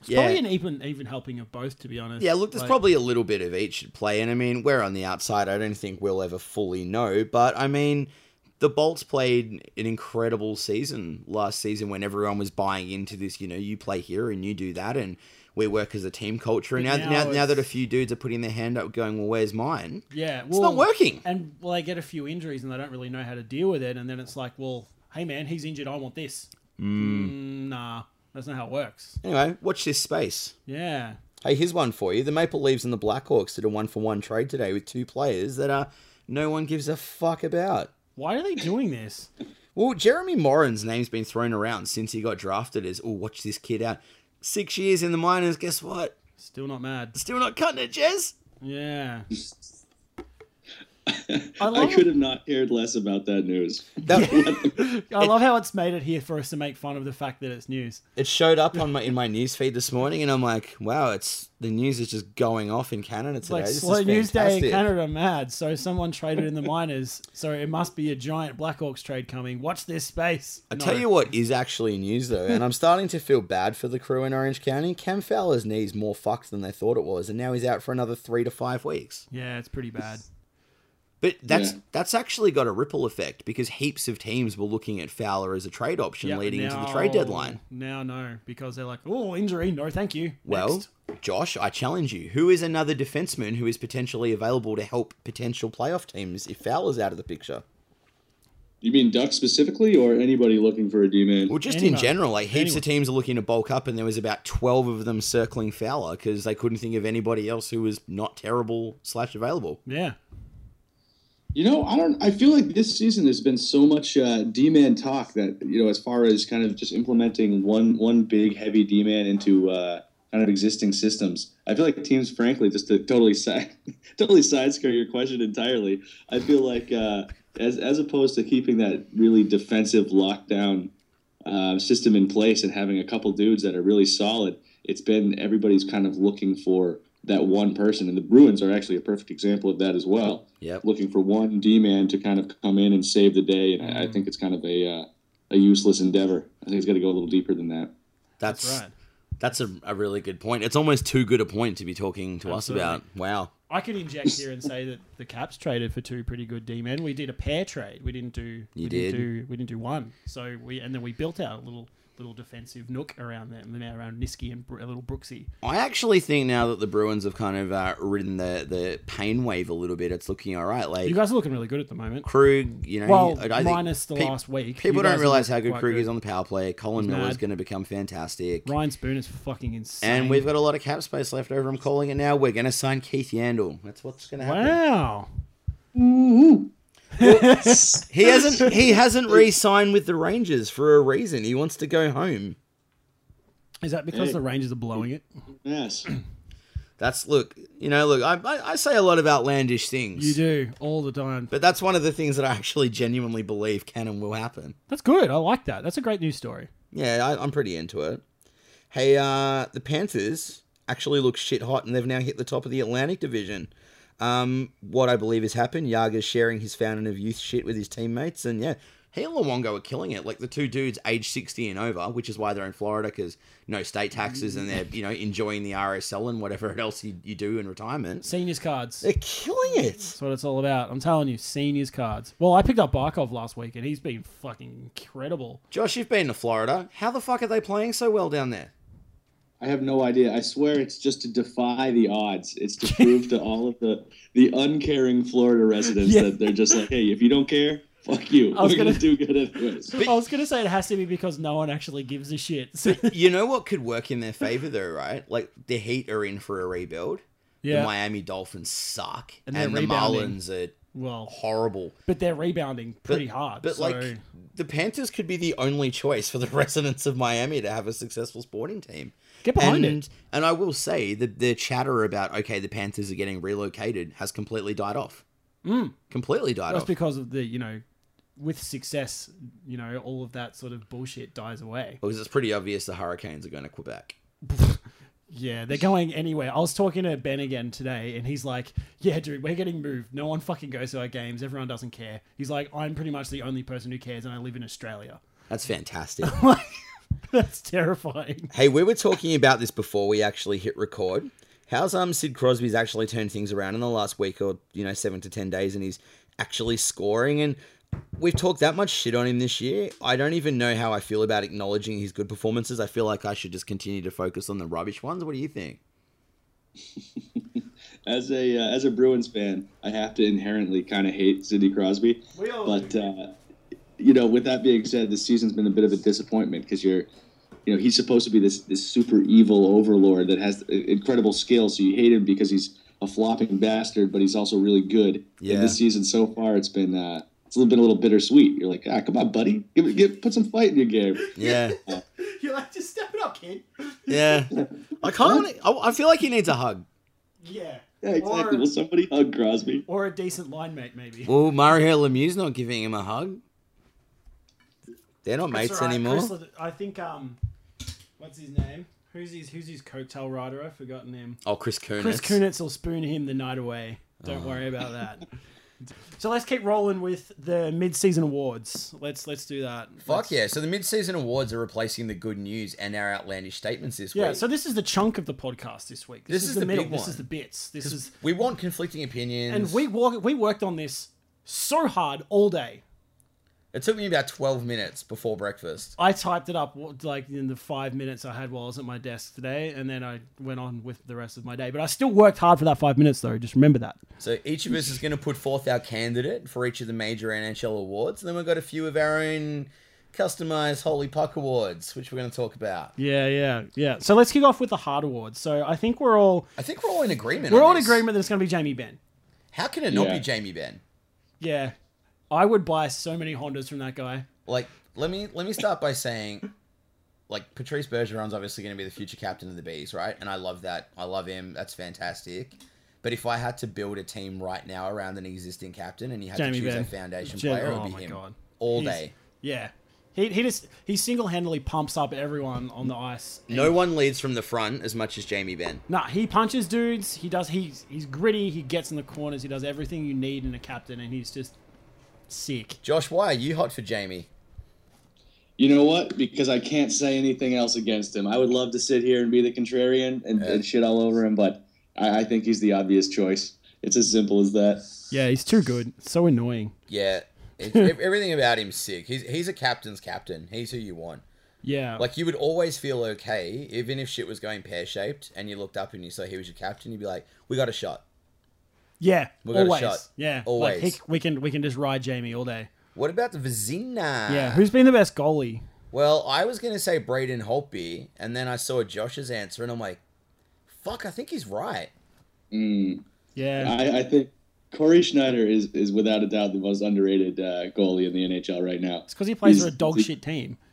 It's Yeah. probably an even, even helping of both, to be honest. Yeah, look, there's Like, probably a little bit of each at play, and I mean, we're on the outside. I don't think we'll ever fully know, but I mean, the Bolts played an incredible season last season when everyone was buying into this. You know, you play here and you do that, and we work as a team culture. And now, But now, now now, that a few dudes are putting their hand up, going, "Well, where's mine?" Yeah. It's not well- working. And well, they get a few injuries and they don't really know how to deal with it. And then it's like, well, hey man, he's injured. I want this. Hmm. Mm. Nah, that's not how it works. Anyway, watch this space. Yeah. Hey, here's one for you. The Maple Leaves and the Blackhawks did a one for one trade today with two players that uh, no one gives a fuck about. Why are they doing this? <laughs> Well, Jeremy Morin's name's been thrown around since he got drafted as, oh, watch this kid out. Six years in the minors, guess what? Still not mad. Still not cutting it, Jez. Yeah. I <laughs> I love, could have not cared less about that news. That, <laughs> I love how it's made it here for us to make fun of the fact that it's news. <laughs> It showed up on my in my news feed this morning, and I'm like, wow, it's the news is just going off in Canada It's today. like this slow is news day in fantastic. Canada mad. So someone traded in the minors. So it must be a giant Blackhawks trade coming. Watch this space. I tell you what is actually news though, and I'm starting to feel bad for the crew in Orange County. Cam Fowler's knee's more fucked than they thought it was, and now he's out for another three to five weeks. Yeah, it's pretty bad. But that's Yeah. that's actually got a ripple effect because heaps of teams were looking at Fowler as a trade option Yeah, leading into the now- trade deadline. Now no, because they're like, oh, injury, no, thank you. Well, Next. Josh, I challenge you. Who is another defenseman who is potentially available to help potential playoff teams if Fowler's out of the picture? You mean Duck specifically, or anybody looking for a D Well, man? just in Anyone. general, like heaps Anyone. of teams are looking to bulk up, and there was about twelve of them circling Fowler because they couldn't think of anybody else who was not terrible slash available. yeah, You know, I don't. I feel like this season there's been so much uh, D man talk that you know, as far as kind of just implementing one one big heavy D man into uh, kind of existing systems. I feel like teams, frankly, just to totally side <laughs> totally sidescare your question entirely. I feel like uh, as as opposed to keeping that really defensive lockdown uh, system in place and having a couple dudes that are really solid, it's been everybody's kind of looking for that one person. And the Bruins are actually a perfect example of that as well. Yep. Looking for one D man to kind of come in and save the day, and Mm-hmm. I, I think it's kind of a uh, a useless endeavor. I think it's got to go a little deeper than that. That's that's, right. a, a really good point. It's almost too good a point to be talking to us Absolutely. about. Wow. I could inject here and say that the Caps traded for two pretty good D men. We did a pair trade. We didn't do. You we didn't did. do we didn't do one. So we and then we built out a little little defensive nook around them, and around Niski and Br- a little Brooksy. I actually think now that the Bruins have kind of uh, ridden the the pain wave a little bit, it's looking all right. Like You guys are looking really good at the moment. Krug, you know, Well, I- I think minus the pe- last week, People you guys don't are realize how good quite Krug good. is on the power play. Colin He's Miller is mad. going to become fantastic. Ryan Spoon is fucking insane. And we've got a lot of cap space left over. I'm calling it now. We're going to sign Keith Yandel. That's what's going to happen. wow. <laughs> He hasn't <laughs> he hasn't re-signed with the Rangers for a reason. He wants to go home. Is that because Hey. the Rangers are blowing it? <clears throat> Yes. That's look, you know, look. I I, I say a lot of outlandish things. You do all the time. But that's one of the things that I actually genuinely believe can and will happen. That's good. I like that. That's a great news story. Yeah, I, I'm pretty into it. Hey, uh, the Panthers actually look shit hot, and they've now hit the top of the Atlantic Division. Um, what I believe has happened, Yaga's sharing his fountain of youth shit with his teammates, and yeah, he and Luongo are killing it. Like the two dudes, age 60 and over, which is why they're in Florida because no state taxes, and they're you know enjoying the RSL and whatever <laughs> else you, you do in retirement. Seniors cards. They're killing it. That's what it's all about. I'm telling you, seniors cards. Well, I picked up Barkov last week, and he's been fucking incredible. Josh, you've been to Florida. How the fuck are they playing so well down there? I have no idea. I swear it's just to defy the odds. It's to prove to all of the the uncaring Florida <laughs> residents Yeah. that they're just like, hey, if you don't care, fuck you. was We're gonna, gonna- do good anyways. I was gonna say it has to be because no one actually gives a shit. So- you know what could work in their favor though, right? Like the Heat are in for a rebuild. The <laughs> yeah. Miami Dolphins suck, And and, they're the rebounding. Marlins are Well, horrible. but they're rebounding But- pretty hard. But so- like the Panthers could be the only choice for the <laughs> residents of Miami to have a successful sporting team. get behind and it. and I will say that the chatter about okay, the Panthers are getting relocated has completely died off. Mm. Completely died That's off. because of the you know, with success, you know, all of that sort of bullshit dies away. because it's pretty obvious the Hurricanes are going to Quebec. Yeah, they're going anywhere. I was talking to Ben again today, and he's like, "Yeah, dude, we're getting moved. No one fucking goes to our games. Everyone doesn't care." He's like, "I'm pretty much the only person who cares, and I live in Australia." <laughs> That's fantastic. That's terrifying. Hey, we were talking about this before we actually hit record. How's um Sid Crosby's actually turned things around in the last week or you know seven to ten days, and he's actually scoring. And we've talked that much shit on him this year. I don't even know how I feel about acknowledging his good performances. I feel like I should just continue to focus on the rubbish ones. What do you think? As a uh, as a Bruins fan, I have to inherently kind of hate Sidney Crosby. We all But uh, you know, with that being said, the season's been a bit of a disappointment because you're, you know, he's supposed to be this this super evil overlord that has i- incredible skill. So you hate him because he's a flopping bastard, but he's also really good. Yeah. And this season so far, it's been uh, it's a little been a little bittersweet. You're like, ah, come on, buddy, give it, give, put some fight in your game. Yeah, <laughs> You're like, just step it up, kid. yeah. I kind of want. I, I feel like he needs a hug. Yeah. Yeah, exactly. Or, Will somebody hug Crosby? or a decent line mate, maybe. Well, Mario Lemieux's not giving him a hug. They're not mates That's all right, anymore. Chris, I think um, what's his name? Who's his Who's his coattail rider? I've forgotten him. oh, Chris Kunitz. Chris Kunitz will spoon him the night away. Don't worry about that. So let's keep rolling with the mid-season awards. Let's let's do that. Fuck yeah! So the mid-season awards are replacing the good news and our outlandish statements this Yeah, week. so this is the chunk of the podcast this week. This This, is, is the, the middle. big This one. is the bits. This is we want conflicting opinions. and we walk, we worked on this so hard all day. it took me about twelve minutes before breakfast. I typed it up what- like in the five minutes I had while I was at my desk today, and then I went on with the rest of my day. But I still worked hard for that five minutes, though. Just remember that. So each of us is going to put forth our candidate for each of the major NHL awards, and then we've got a few of our own customized Holy Puck awards, which we're going to talk about. Yeah, yeah, yeah. So let's kick off with the hard awards. So I think we're all I think we're all in agreement. we're on all in this. agreement that it's going to be Jamie Benn. How can it not Yeah. be Jamie Ben? Yeah. I would buy so many Hondas from that guy. Like, let me let me start by saying. Like Patrice Bergeron's obviously going to be the future captain of the Bees, right? And I love that. I love him. That's fantastic. But if I had to build a team right now around an existing captain and you had Jamie to choose Benn. a foundation Jim- player, it oh would my be him God. all He's- day. Yeah. He, he just he single handedly pumps up everyone on the ice. No one leads from the front as much as Jamie Ben. Nah, he punches dudes. He does. He's he's gritty. He gets in the corners. He does everything you need in a captain, and he's just sick. Josh, why are you hot for Jamie? You know what? Because I can't say anything else against him. I would love to sit here and be the contrarian and, and shit all over him, but I, I think he's the obvious choice. It's as simple as that. Yeah, he's too good. So annoying. Yeah, <laughs> it, ev- everything about him's sick. He's he's a captain's captain. He's who you want. Yeah. Like you would always feel okay, even if shit was going pear shaped, and you looked up and you saw he was your captain. You'd be like, "We got a shot." yeah. we got a always. shot. Yeah. Always. Like, he, we can we can just ride Jamie all day. What about the Vizina? Yeah. Who's been the best goalie? Well, I was gonna say Braden Holtby, and then I saw Josh's answer, and I'm like, "Fuck, I think he's right." Mm. Yeah. Uh, I, I think Corey Schneider is, is without a doubt the most underrated uh, goalie in the NHL right now. It's because he plays He's- for a dog <laughs> shit team. <laughs>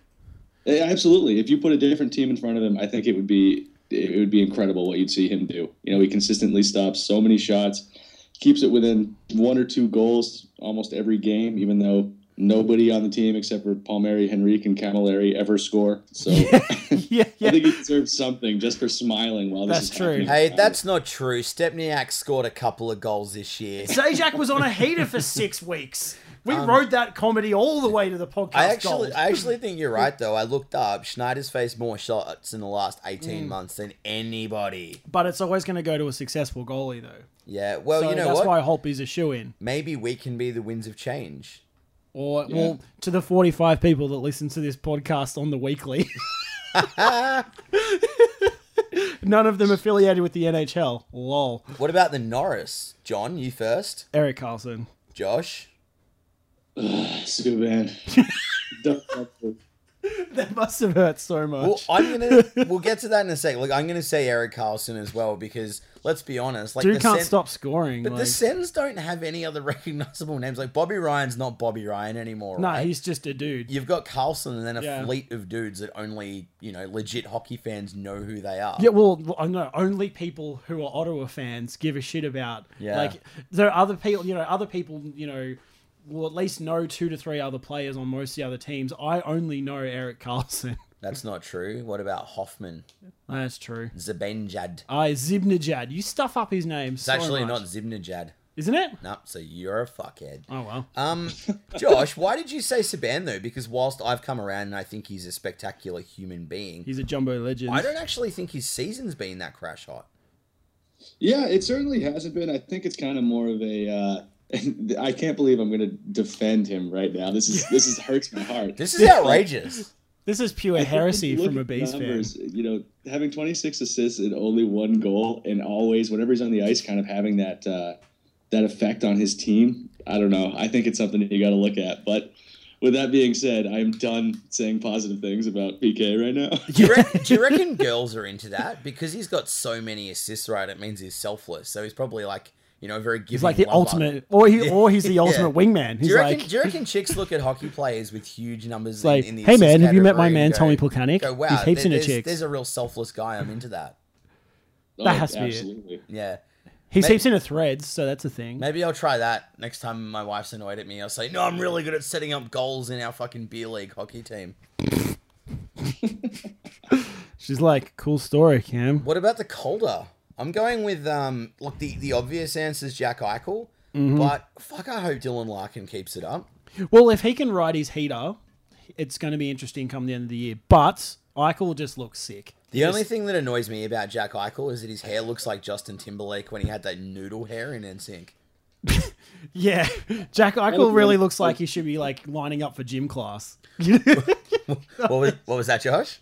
Yeah, Uh, absolutely. If you put a different team in front of him, I think it would be it would be incredible what you'd see him do. You know, he consistently stops so many shots, keeps it within one or two goals almost every game, even though nobody on the team except for Palmieri, Henrique, and Camilleri ever score. <laughs> So yeah. I Yeah. think he deserves something just for smiling while this That's is true. happening. Hey, that's not true. Stepniak scored a couple of goals this <laughs> year. Sajak was on a heater <laughs> for six weeks. We rode that comedy all the way to the podcast. Um, I actually, gold. I actually think you're right though. I looked up. Schneider's faced more shots in the last 18 Mm. months than anybody. but it's always going to go to a successful goalie though. Yeah. Well, so you know that's what? why Holtby's a shoe in. Maybe we can be the winds of <laughs> change. Or well, to the forty-five people that listen to this podcast on the weekly, <laughs> none of them affiliated with the NHL. Lol. What about the Norris? John, you first. Eric Carlson. <laughs> Josh. Ah, <laughs> Subban. Definitely. That must have hurt so much. Well, I'm <laughs> gonna. we'll get to that in a sec. Like, I'm gonna say Eric Carlson as well because let's be honest. Like, Dude the can't Sen- stop scoring. But like, the Sens don't have any other <laughs> recognizable names. Like Bobby Ryan's not Bobby Ryan anymore. nah, right? he's just a dude. You've got Carlson and then a Yeah. fleet of dudes that only, you know, legit hockey fans know who they are. Yeah, well, I know only people who are Ottawa fans give a shit about. Yeah. Like there are other people, you know, other people, you know, will at least know two to three other players on most of the other teams. I only know Eric Carlson. <laughs> That's not true. What about Hoffman? That's true. Zibanejad. I Ah, Zibnajad. You stuff up his name. It's actually not Zibnejad. isn't it? No, so you're a fuckhead. Oh well. <laughs> Um, Josh, why did you say Saban though? Because whilst I've come around and I think he's a spectacular human being, He's a jumbo legend. I don't actually think his season's been that crash hot. Yeah, it certainly hasn't been. I think it's kind of more of a. Uh, <laughs> I can't believe I'm going to defend him right now. This is this is hurts my heart. This <laughs> is outrageous. This is pure heresy Look from a at the base fan. <laughs> numbers, You know, having 26 assists and only one goal, and always whenever he's on the ice, kind of having that uh, that effect on his team. I don't know. I think it's something that you got to look at. But with that being said, I'm done saying positive things about PK <laughs> right now. Do you, reckon, do you reckon girls are into that? Because he's got so many assists, right? It means he's selfless. So he's probably like, you know, very giving. He's like the lover. ultimate, or he, or he's the Yeah. ultimate wingman. He's Do you, reckon, like, do you reckon chicks look at hockey players with huge numbers it's like, in, in the hey assist man, have you met my category man and Tommy go- Pulkanik? Go, wow, he's heaps there- into there's, chicks. there's a real selfless guy. I'm into that. Oh, has to be it. absolutely. Yeah. He's Maybe- heaps into threads, so that's a thing. Maybe I'll try that next time my wife's annoyed at me. I'll say, no, I'm really good at setting up goals in our fucking beer league hockey team. She's like, cool story, Cam. What about the colder? I'm going with um look the, the obvious answer is Jack Eichel, but fuck I hope Dylan Larkin keeps it up. Well, if he can ride his heater, it's going to be interesting come the end of the year. But Eichel just looks sick. The only thing that annoys me about Jack Eichel is that his hair looks like Justin Timberlake when he had that noodle hair in NSYNC. Yeah, <laughs> Jack Eichel if- really looks like he should be like lining up for gym <laughs> class. <laughs> What was what was that, Josh?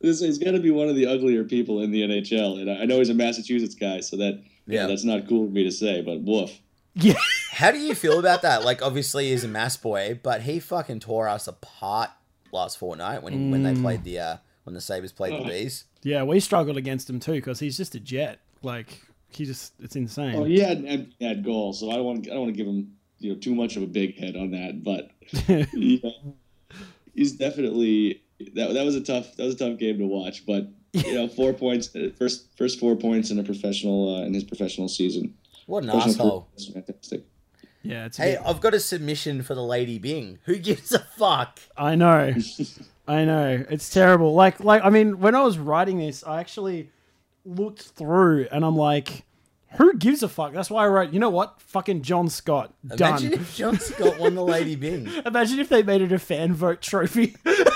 This he's got to be one of the uglier people in the NHL, and I I know he's a Massachusetts guy, so that yeah, Yeah. that's not cool for me to say, but woof. Yeah, How do you feel about that? Like, obviously, he's a mass boy, but he fucking tore us apart last fortnight when he, when they played the uh, when the Sabers played the Bees. yeah, we struggled against him too because he's just a jet. Like he just, it's insane. Oh, Well, Oh, he had an empty net goal, so I don't want to. I don't want to give him you know too much of a big head on that, but yeah, he's definitely that. That was a tough. That was a tough game to watch, but you <laughs> know, four points. First, first four points in a uh, professional uh, in his professional season. What an Personal asshole! career, that's fantastic. <laughs> Yeah, it's. a Hey, bit- I've got a submission for the Lady Bing. Who gives a fuck? I know. I know. It's terrible. Like like I mean, when I was writing this, I actually looked through and I'm like, who gives a fuck? That's why I wrote, you know what? Fucking John Scott. Done. Imagine if John Scott won the Lady Bing. <laughs> Imagine if they made it a fan vote trophy. <laughs>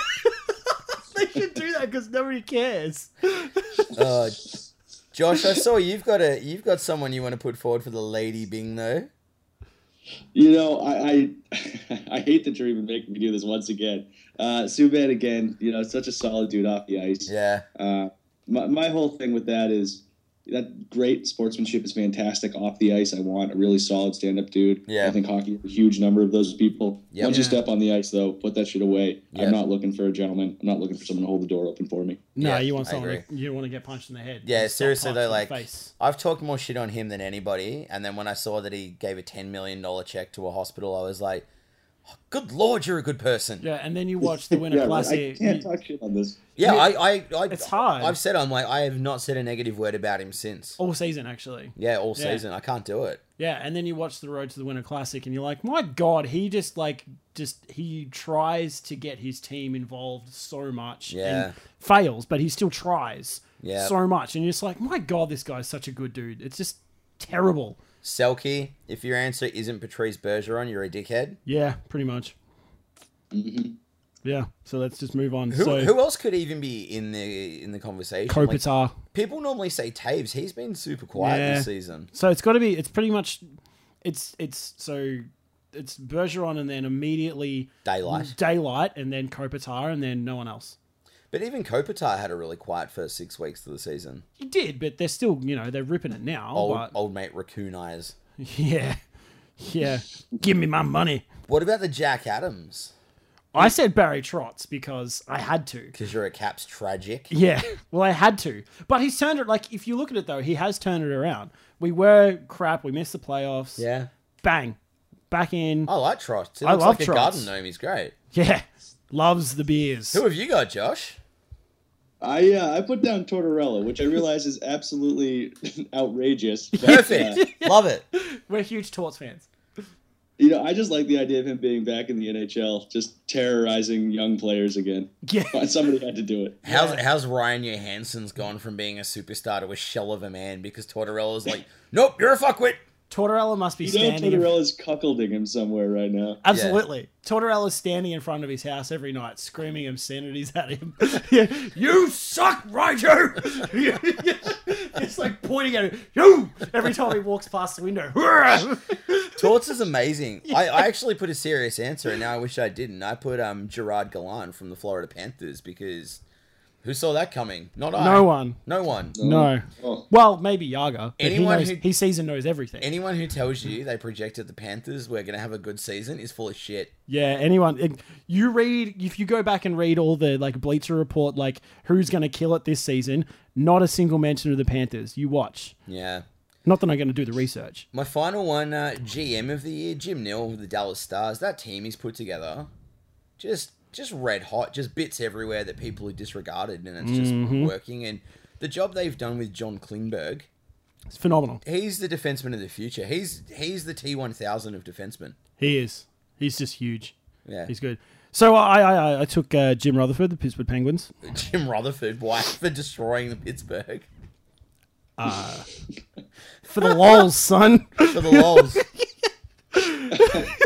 they should do that because nobody cares. Uh, Josh, I saw you've got a you've got someone you want to put forward for the Lady Bing though. You know, I I, <laughs> I hate that you're even making me do this once again. Uh, Subban again, you know, such a solid dude off the ice. Yeah, Uh, my, my whole thing with that is that great sportsmanship is fantastic off the ice. I want a really solid stand up dude. Yeah. I think hockey is a huge number of those people. Yep. Once you Yeah. step on the ice, though, put that shit away. Yeah. I'm not looking for a gentleman. I'm not looking for someone to hold the door open for me. No, Yeah, you want I someone you want to get punched in the head. yeah. Just Seriously get punched though, in the like face. I've talked more shit on him than anybody. And then when I saw that he gave a ten million dollar check to a hospital, I was like, oh, "Good lord, you're a good person." Yeah, Yeah, and then you watch the Winter Yeah, right. I Classic. can't you- talk shit on this. I, I, I, It's hard. I've said I'm like I have not said a negative word about him since. all season actually. Yeah, all Yeah. season I can't do it. Yeah, and then you watch the Road to the Winter Classic, and you're like, my God, he just like just he tries to get his team involved so much, Yeah. and fails, but he still tries, Yeah. so much, and you're just like, my God, this guy's such a good dude. It's just terrible. Selkie, if your answer isn't Patrice Bergeron, you're a dickhead. Yeah, pretty much. Yeah, so let's just move on. Who, so who else could even be in the in the conversation? Like, Kopitar. people normally say Taves. He's been super quiet Yeah. this season. So it's got to be. It's pretty much. It's it's so it's Bergeron, and then immediately Hmm. Daylight. Daylight, and then Kopitar, and then no one else. But even Kopitar had a really quiet first six weeks of the season. He did, but they're still, you know, they're ripping it now. Old but <laughs> old mate raccoon eyes. yeah, yeah, give me my money. What about the Jack Adams? I said Barry Trotz because I had to. Because you're a Caps tragic. Yeah, well, I had to. But he's turned it. Like, if you look at it though, he has turned it around. We were crap. We missed the playoffs. Yeah. bang, back in. I like Trot. He I looks love like Trotz. a garden gnome. He's great. Yeah, loves the beers. Who have you got, Josh? I uh, I put down Tortorella, which I realize is absolutely <laughs> <laughs> outrageous. but, uh, Perfect. Love it. We're huge Torts fans. you know, I just like the idea of him being back in the NHL, just terrorizing young players again. <laughs> Yeah, But Somebody had to do it. How's how's Ryan Johansson's gone from being a superstar to a shell of a man because Tortorella's like, nope, you're a fuckwit. Tortorella must be You know, standing. in- Tortorella's cuckolding him somewhere right now. Absolutely. Tortorella's standing in front of his house every night, screaming obscenities at him. <laughs> yeah. You suck, <laughs> Raichu! it's like pointing at him, you! Every time he walks past the window. <laughs> Torts is amazing. I, I actually put a serious answer, and now I wish I didn't. I put um Gerard Gallant from the Florida Panthers because who saw that coming? Not I. no one. No one. No. Oh. Well, maybe Yaga. But Anyone he, knows, who- he sees and knows everything. Anyone who tells you they projected the Panthers were going to have a good season is full of shit. yeah, anyone. it- You read, if you go back and read all the like Bleacher Report, like who's going to kill it this season, not a single mention of the Panthers. You watch. Yeah. Not that I'm going to do the research. My final one, uh, GM of the year, Jim Neal with the Dallas Stars. That team he's put together, just just red hot, just bits everywhere that people are disregarded, and it's just working. And the job they've done with John Klingberg, It's phenomenal. he's the defenseman of the future. He's he's the T one thousand of defensemen. He is. He's just huge. Yeah, He's good. So I I, I- I took uh, Jim Rutherford, the Pittsburgh Penguins. Jim Rutherford, why <laughs> for destroying the Pittsburgh <laughs> For the lols, son. for the lols.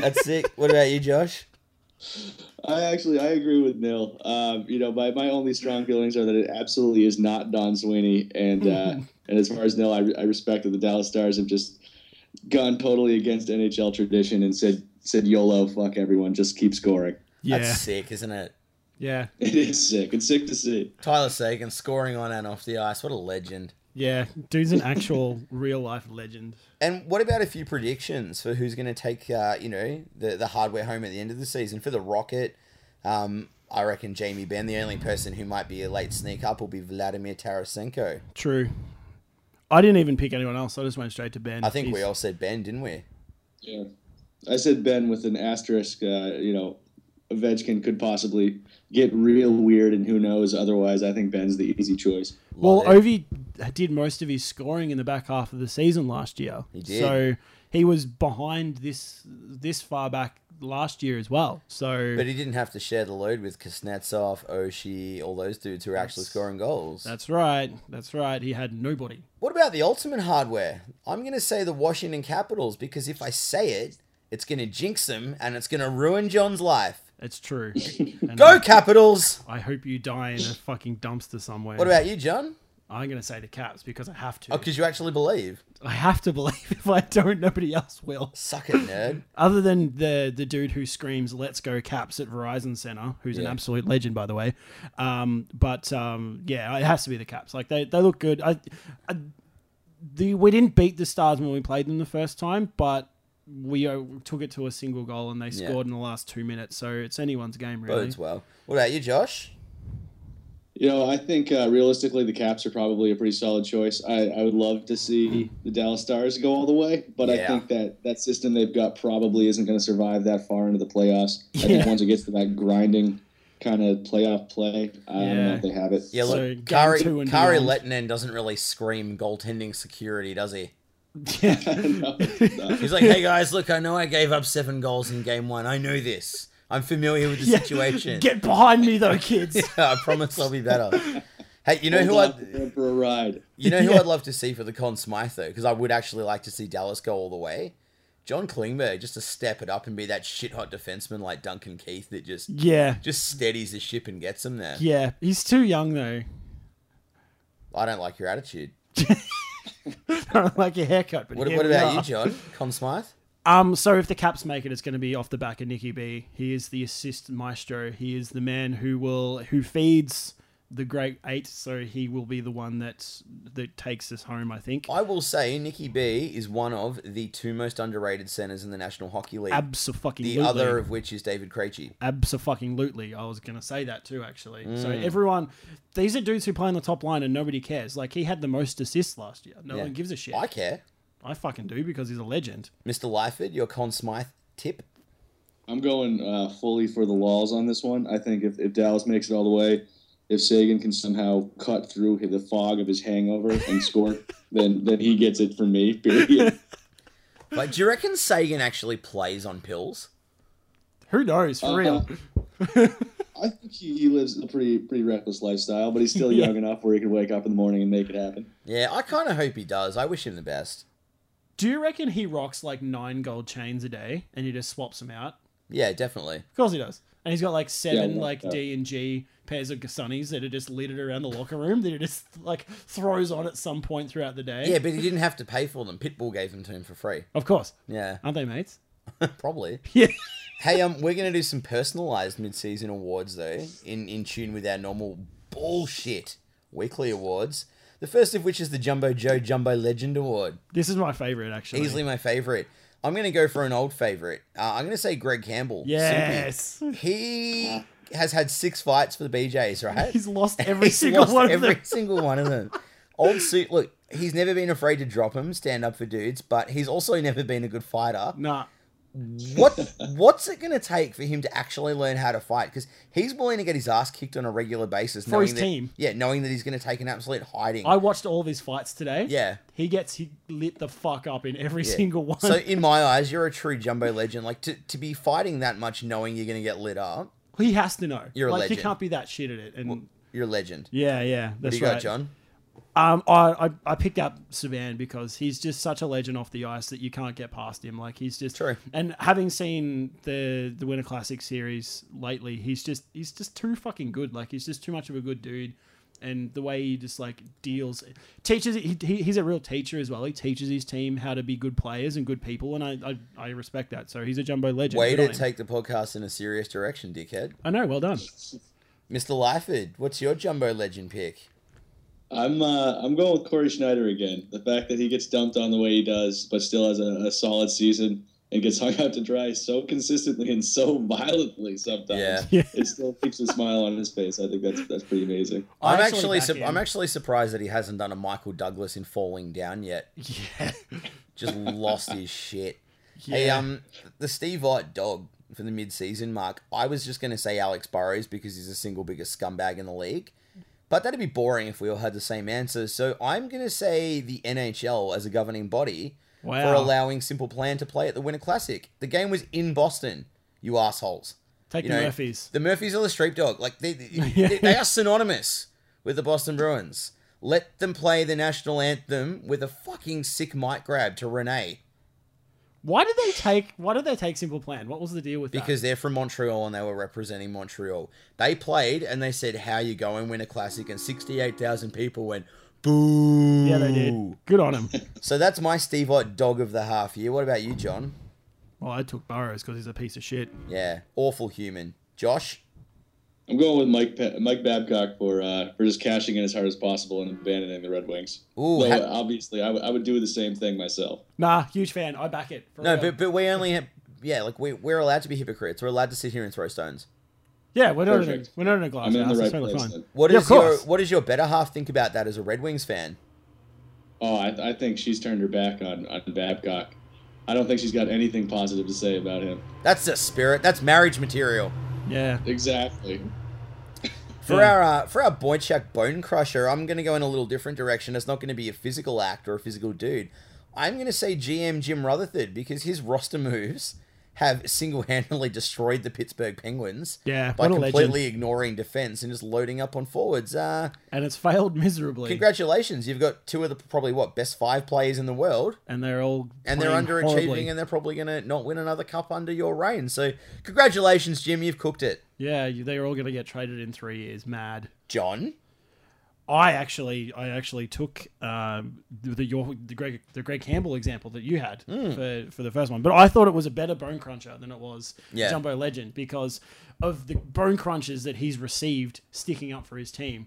That's sick. What about you, Josh? I actually I agree with Neil. Um, you know, my, my only strong feelings are that it absolutely is not Don Sweeney, and Mm-hmm. uh, and as far as Neil, I, I respect that the Dallas Stars have just gone totally against NHL tradition and said said YOLO, fuck everyone, just keep scoring. <laughs> That's sick, isn't it? yeah, It is sick. It's sick to see. Tyler Sagan scoring on and off the ice. What a legend. yeah. Dude's an <laughs> actual real life legend. And what about a few predictions for who's going to take, uh, you know, the, the hardware home at the end of the season for the Rocket? Um, I reckon Jamie Benn, the only person who might be a late sneak up, will be Vladimir Tarasenko. True. I didn't even pick anyone else. I just went straight to Ben. I think we He's- all said Ben, didn't we? Yeah, I said Ben with an asterisk. Uh, you know, Ovechkin could possibly get real weird, and who knows? Otherwise, I think Ben's the easy choice. Well, Love it. Ovi did most of his scoring in the back half of the season last year. He did. So he was behind this this far back last year as well. So But he didn't have to share the load with Kuznetsov, Oshi, all those dudes who are actually scoring goals. that's right, that's right. He had nobody. What about the ultimate hardware? I'm going to say the Washington Capitals because if I say it, it's going to jinx them and it's going to ruin John's life. <laughs> It's true. And Go Capitals! I hope you die in a fucking dumpster somewhere. What about you, John? I'm gonna say the Caps because I have to. Oh, because you actually believe. <laughs> I have to believe if I don't, nobody else will. Suck it, nerd. Other than the the dude who screams "Let's go Caps" at Verizon Center, who's an Yeah. absolute legend, by the way. Um, but um, yeah, it has to be the Caps. Like they, they look good. I, I, the we didn't beat the Stars when we played them the first time, but we uh, took it to a single goal and they Yeah. scored in the last two minutes. So it's anyone's game, <laughs> really. <laughs> <laughs> Bodes well. What about you, Josh? You know, I think uh, realistically, the Caps are probably a pretty solid choice. I, I would love to see the Dallas Stars go all the way, but I Yeah. think that that system they've got probably isn't going to survive that far into the playoffs. I think Yeah. once it gets to that grinding kind of playoff play, I don't Yeah. know if they have it. Yeah, So, look, game Kari, two and Kari beyond. Lettinen doesn't really scream goaltending security, does he? Yeah. No, no. He's like, hey guys, look, I know I gave up seven goals in game one. I know this. I'm familiar with the <laughs> Yeah. situation. <laughs> Get behind me, though, kids. <laughs> I promise I'll be better. Hey, you know who Hold I on to them for a ride. you know who Yeah. I'd love to see for the Conn Smythe though, because I would actually like to see Dallas go all the way. John Klingberg just to step it up and be that shit hot defenseman like Duncan Keith that just yeah, just steadies the ship and gets him there. yeah. He's too young though. <laughs> I don't like your attitude. I don't like your haircut, but What, here what we about you, are. <laughs> John? Conn Smythe? Um, so if the Caps make it, it's going to be off the back of Nicky B. He is the assist maestro. He is the man who will who feeds the great eight. So he will be the one that that takes us home. I think. I will say Nicky B is one of the two most underrated centers in the National Hockey League. Absolutely. the other of which is David Krejci. Absolutely. I was going to say that too, actually. So Mm. everyone, these are dudes who play on the top line and nobody cares. Like he had the most assists last year. No Yeah. one gives a shit. I I, care. fucking do because he's a legend. Mr. Lyford, your Conn Smythe tip. I'm going uh, fully for the walls on this one. I think if, if Dallas makes it all the way, if Sagan can somehow cut through the fog of his hangover and score, then then he gets it for me. <laughs> Period. Like, do you reckon Sagan actually plays on pills? Who knows? For real. I think he, he lives a pretty pretty reckless lifestyle, but he's <laughs> still Yeah. young enough where he can wake up in the morning and make it happen. Yeah, I kind of hope he does. I wish him the best. Do you reckon he rocks like nine gold chains a day and he just swaps them out? Yeah, definitely. Of course he does. And he's got like seven Yeah, like yeah. D and G pairs of sunnies that are just littered around the locker room that he just like throws on at some point throughout the day. Yeah, but he didn't have to pay for them. Pitbull gave them to him for free. Of course. Yeah, Aren't they mates? probably. <laughs> Yeah. Hey, um, we're gonna do some personalized mid-season awards though, in in tune with our normal bullshit weekly awards. The first of which is the Jumbo Joe Jumbo Legend Award. This is my favorite actually. Easily my favorite. I'm gonna go for an old favorite. Uh, I'm gonna say Greg Campbell. Simply. <laughs> Yes. He has had six fights for the BJs, right? <laughs> <laughs> He's lost every He's single lost one of every them. single one of them. Old suit. Look, he's never been afraid to drop him, stand up for dudes, but he's also never been a good fighter. Nah. What What's it going to take for him to actually learn how to fight? Because he's willing to get his ass kicked on a regular basis. For his knowing that- team. Yeah, knowing that he's going to take an absolute hiding. I watched all of his fights today. yeah. He gets he lit the fuck up in every Yeah. single one. So in my eyes, you're a true jumbo legend. Like to, to be fighting that much, knowing you're going to get lit up, he has to know. You're a like legend. you can't be that shit at it. And you're a legend. yeah, yeah. That's What do you right. got, John? Um, I, I I picked up Saban because he's just such a legend off the ice that you can't get past him. Like he's just True. And having seen the the Winter Classic series lately, he's just he's just too fucking good. Like he's just too much of a good dude. And the way he just like deals, teaches. He, he, he's a real teacher as well. He teaches his team how to be good players and good people, and I I, I respect that. So he's a jumbo legend. Way Good to on him. take the podcast in a serious direction, dickhead. I know. Well <laughs> done. <laughs> Mr. Lyford, what's your jumbo legend pick? I'm uh, I'm going with Corey Schneider again. The fact that he gets dumped on the way he does, but still has a, a solid season and gets <laughs> hung out to dry so consistently and so violently sometimes. Yeah. Yeah. It still keeps a smile on his face. I think that's that's pretty amazing. I'm I actually, actually back sur- I'm him. actually surprised that he hasn't done a Michael Douglas in Falling Down yet. Yeah. Just <laughs> lost his shit. yeah. Hey, um, the Steve Ott dog for the mid-season mark. I was just gonna say Alex Burrows because he's the single biggest scumbag in the league, but that'd be boring if we all had the same answer. So I'm gonna say the NHL as a governing body. for allowing Simple Plan to play at the Winter Classic. The game was in Boston, you assholes. Take You the know, Murphys. The Murphys are the street dog. Like they, they, they are synonymous with the Boston Bruins. Let them play the national anthem with a fucking sick mic grab to Renee Why did they take? Why did they take Simple Plan? What was the deal with that? because they're from Montreal and they were representing Montreal. They played and they said, "How you going? Win a classic." And sixty-eight thousand people went, "Boo!" yeah, they did. Good on him. So that's my Steve Ott dog of the half year. What about you, John? well, I took Burrows because he's a piece of shit. Yeah, awful human. Josh. I'm going with Mike Pe- Mike Babcock for uh, for just cashing in as hard as possible and abandoning the Red Wings. Ooh, Though, ha- uh, obviously, I, w- I would do the same thing myself. Nah, huge fan. I back it. For No, real. but but we only have yeah, like we we're allowed to be hypocrites. We're allowed to sit here and throw stones. yeah, we're not, in a, Perfect. we're not in a glass I'm in house. the right It's totally place. fine. Then. What Yeah, is of your course. what does your better half think about that as a Red Wings fan? Oh, I, I think she's turned her back on, on Babcock. I don't think she's got anything positive to say about him. That's the spirit. That's marriage material. Yeah. Exactly. For Yeah. our uh, for our Boychuk Bone Crusher, I'm going to go in a little different direction. It's not going to be a physical act or a physical dude. I'm going to say GM Jim Rutherford because his roster moves have single-handedly <laughs> destroyed the Pittsburgh Penguins Yeah, by what a legend. completely ignoring defense and just loading up on forwards. Uh, And it's failed miserably. congratulations, you've got two of the probably what best five players in the world. and they're all and they're playing underachieving horribly. and they're probably going to not win another cup under your reign. So, congratulations, Jim. You've cooked it. yeah, you- they're all going to get traded in three years. Mad. John? I actually, I actually took um, the your the Greg the Greg Campbell example that you had Hmm. for, for the first one, but I thought it was a better bone cruncher than it was Yeah. Jumbo Legend because of the bone crunches that he's received sticking up for his team.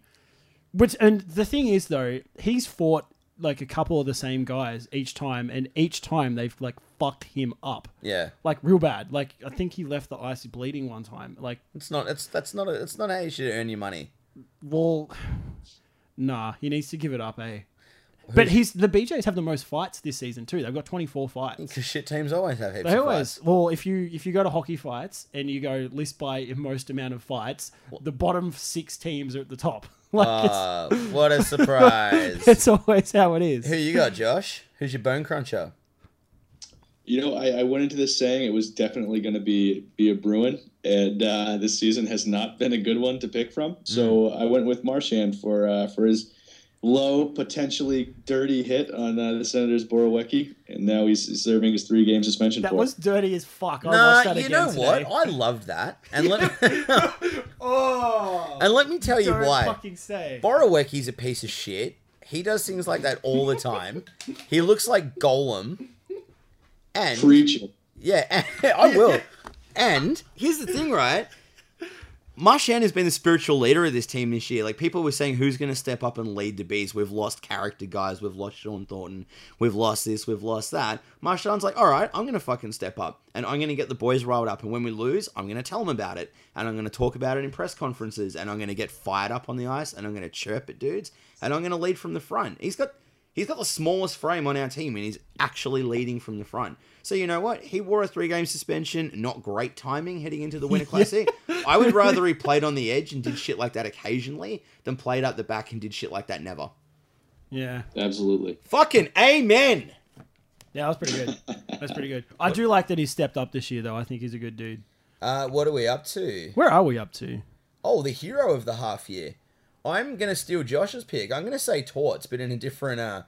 Which and the thing is though, he's fought like a couple of the same guys each time, and each time they've like fucked him up. Yeah. Like real bad. Like I think he left the ice bleeding one time. Like It's not it's that's not a, it's not how you should earn your money. well, <sighs> nah, he needs to give it up, eh? But he's the BJ's have the most fights this season too. They've got twenty four fights. Cuz shit teams always have heaps They of <laughs> always fights. well if you if you go to hockey fights and you go list by most amount of fights, the bottom six teams are at the top. <laughs> Like Ah, what a <laughs> surprise. it's, it's always how it is. Who you got, Josh? Who's your bone cruncher? You know, I, I went into this saying it was definitely going to be be a Bruin, and uh, this season has not been a good one to pick from. So I went with Marchand for uh, for his low, potentially dirty hit on uh, the Senators Borowecki, and now he's serving his three game suspension That for. was dirty as fuck. I nah, watched that you again know what? today. I loved that. And let Oh, <laughs> and let me tell you don't why. fucking say. Borowecki's a piece of shit. He does things like that all the time. he looks like Golem. And Preaching. Yeah, <laughs> I will. And here's the thing, right? Marchand has been the spiritual leader of this team this year. Like people were saying, who's going to step up and lead the bees? We've lost character guys. We've lost Sean Thornton. We've lost this. We've lost that. Marchand's like, all right, I'm going to fucking step up, and I'm going to get the boys riled up. And when we lose, I'm going to tell them about it, and I'm going to talk about it in press conferences, and I'm going to get fired up on the ice, and I'm going to chirp at dudes, and I'm going to lead from the front. He's got He's got the smallest frame on our team, and he's actually leading from the front. So you know what? He wore a three-game suspension. Not great timing heading into the Winter Classic. I would rather he played on the edge and did shit like that occasionally than played up the back and did shit like that never. Yeah. Absolutely. Fucking amen. Yeah, that was pretty good. That's pretty good. I do like that he stepped up this year, though. I think he's a good dude. Uh, what are we up to? Where are we up to? Oh, the hero of the half year. I'm gonna steal Josh's pick. I'm gonna say Torts, but in a different uh,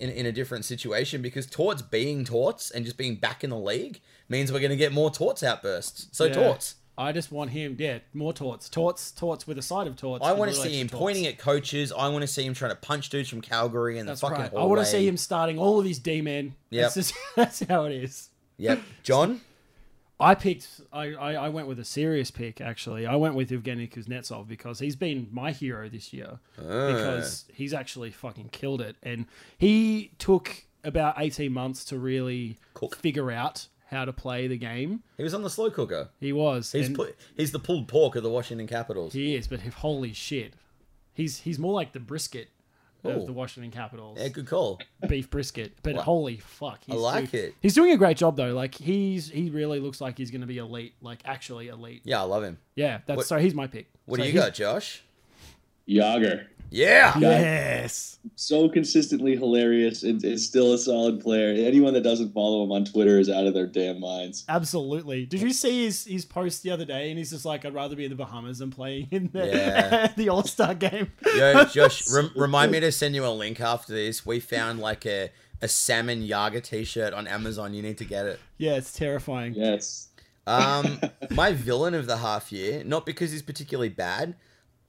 in in a different situation because Torts being Torts and just being back in the league means we're gonna get more Torts outbursts. So Yeah. Torts. I just want him, yeah, more torts. Torts, torts with a side of torts. I in want to relation see him torts. pointing at coaches. I want to see him trying to punch dudes from Calgary and That's the fucking. right. I want hallway. to see him starting all of these D men. Yep. That's, just, <laughs> that's how it is. <laughs> Yep, John. I picked, I, I, I went with a serious pick, actually. I went with Evgeny Kuznetsov because he's been my hero this year. Uh. Because he's actually fucking killed it. And he took about 18 months to really Cook. figure out how to play the game. He was on the slow cooker. He was. He's and- pu- he's the pulled pork of the Washington Capitals. He is, but holy shit, he's he's more like the brisket Ooh. of the Washington Capitals, Yeah, good call. beef brisket. But holy fuck, he's like doing, it. He's doing a great job though. Like he's he really looks like he's going to be elite, like actually elite. Yeah, I love him. Yeah, that's What- <laughs> so he's my pick. What So do you he's- got, Josh? Yager. Yeah. <laughs> Yes. so consistently hilarious and, and still a solid player. Anyone that doesn't follow him on Twitter is out of their damn minds. Absolutely. Did you see his, his post the other day? And he's just like, I'd rather be in the Bahamas than playing in the, Yeah. <laughs> the All Star game. Yo, Josh, rem- remind me to send you a link after this. We found like a, a salmon Yaga t shirt on Amazon. You need to get it. <laughs> Yeah, it's terrifying. Yes. Um, my villain of the half year, not because he's particularly bad.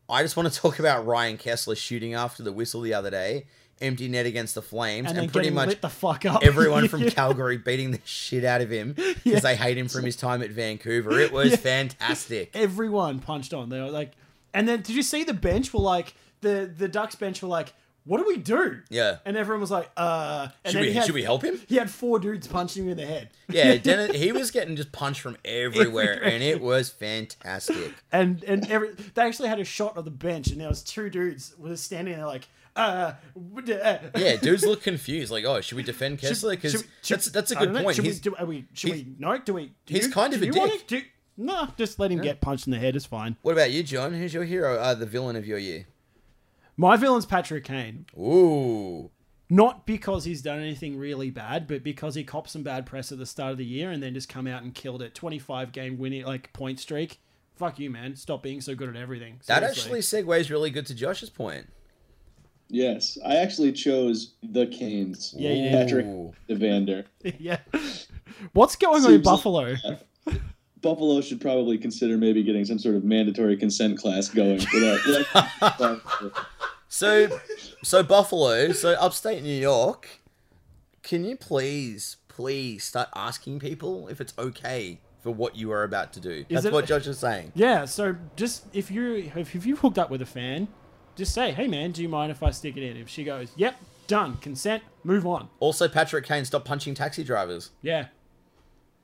I just want to talk about Ryan Kessler shooting after the whistle the other day, empty net against the Flames, And and, then pretty getting much lit the fuck up. <laughs> everyone from Yeah. Calgary beating the shit out of him because Yeah. they hate him from his time at Vancouver. It was <laughs> Yeah. fantastic. everyone punched on. They were like, and then did you see the bench? Were like the the Ducks bench were like, what do we do? Yeah. And everyone was like, uh. And Should then we, he had, should we help him? He had four dudes punching him in the head. Yeah, Dennis, he was getting just punched from everywhere, and it direction. was fantastic. And and every they actually had a shot of the bench, and there was two dudes were standing there like, uh. what the- uh, Yeah, dudes look confused, like, oh, should we defend should- Kessler? Because should- should- that's that's a I good don't know, point. Should we He's, do? Are we? Should he's- we? No. Do we? Do he's you- kind of do a you wanna dick. do- no, just let him get punched in the head. It's fine. what about you, John? Who's your hero? Uh, the villain of your year? My villain's Patrick Kane. Ooh, not because he's done anything really bad, but because he copped some bad press at the start of the year and then just come out and killed it. 25 game winning like point streak. Fuck you, man. Stop being so good at everything. that Seriously. actually segues really good to Josh's point. Yes. I actually chose the Canes. Yeah, you did. Patrick Ooh. Evander. <laughs> yeah. What's going on in Seems like- Buffalo? Buffalo should probably consider maybe getting some sort of mandatory consent class going. Without, without, So, so Buffalo, so upstate New York, can you please, please start asking people if it's okay for what you are about to do? That's it- what Josh is saying. Yeah, so just if you if, if you hooked up with a fan, just say, "Hey man, do you mind if I stick it in?" If she goes, "Yep, done, consent, move on." Also, Patrick Kane, stop punching taxi drivers. Yeah.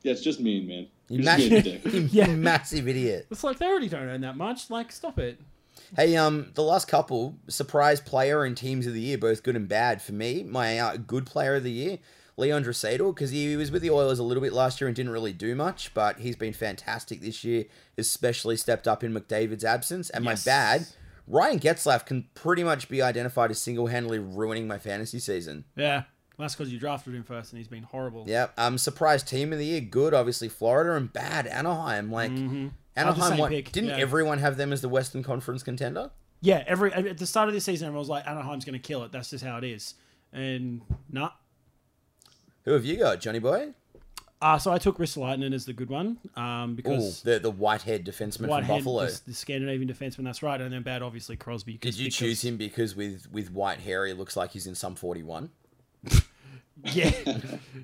yeah, it's just mean, man. You You're just being a dick. massive, <laughs> you Yeah. massive idiot. It's like they already don't earn that much. Like stop it. Hey, um, the last couple surprise player and teams of the year, both good and bad for me. My uh, good player of the year, Leon Dreisaitl, because he was with the Oilers a little bit last year and didn't really do much, but he's been fantastic this year, especially stepped up in McDavid's absence. And Yes. my bad, Ryan Getzlaff can pretty much be identified as single-handedly ruining my fantasy season. Yeah. That's because you drafted him first and he's been horrible. Yeah, um, surprise team of the year, good, obviously Florida, and bad Anaheim. Like Oh, the Anaheim, same what, pick, didn't yeah. everyone have them as the Western Conference contender? Yeah, every at the start of this season, everyone was like, Anaheim's going to kill it. That's just how it is. And nah. Who have you got, Johnny Boy? Uh, so I took Ristolainen as the good one um, Ooh, because the the whitehead defenseman from Whitehead, Buffalo. the, the Scandinavian defenseman, that's right. And then bad, obviously, Crosby. 'cause- Did you because- choose him because with with white hair, he looks like he's in some forty-one? <laughs> Yeah.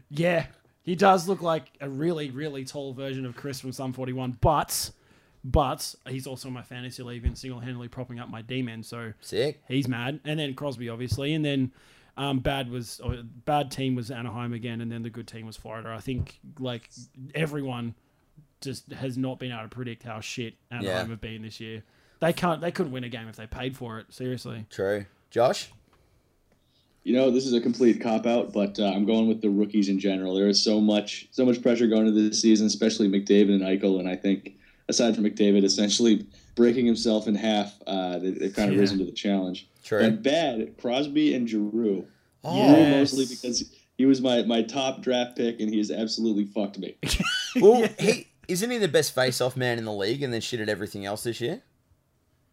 yeah. He does look like a really, really tall version of Chris from Sum 41, but but he's also in my fantasy league and single-handedly propping up my D-men, so Sick. he's mad. And then Crosby, obviously, and then um, bad was or bad team was Anaheim again, and then the good team was Florida. I think like everyone just has not been able to predict how shit Anaheim Yeah. have been this year. They can't. They couldn't win a game if they paid for it. Seriously. True. Josh. You know, this is a complete cop out, but uh, I'm going with the rookies in general. There is so much, so much pressure going into this season, especially McDavid and Eichel. And I think, aside from McDavid, essentially breaking himself in half, uh, they, they've kind of Yeah. risen to the challenge. True. And bad Crosby and Giroux. Oh, Giroux Yeah. mostly Yes. because he was my my top draft pick, and he has absolutely fucked me. <laughs> well, he isn't he the best face-off man in the league, and then shit at everything else this <laughs> year.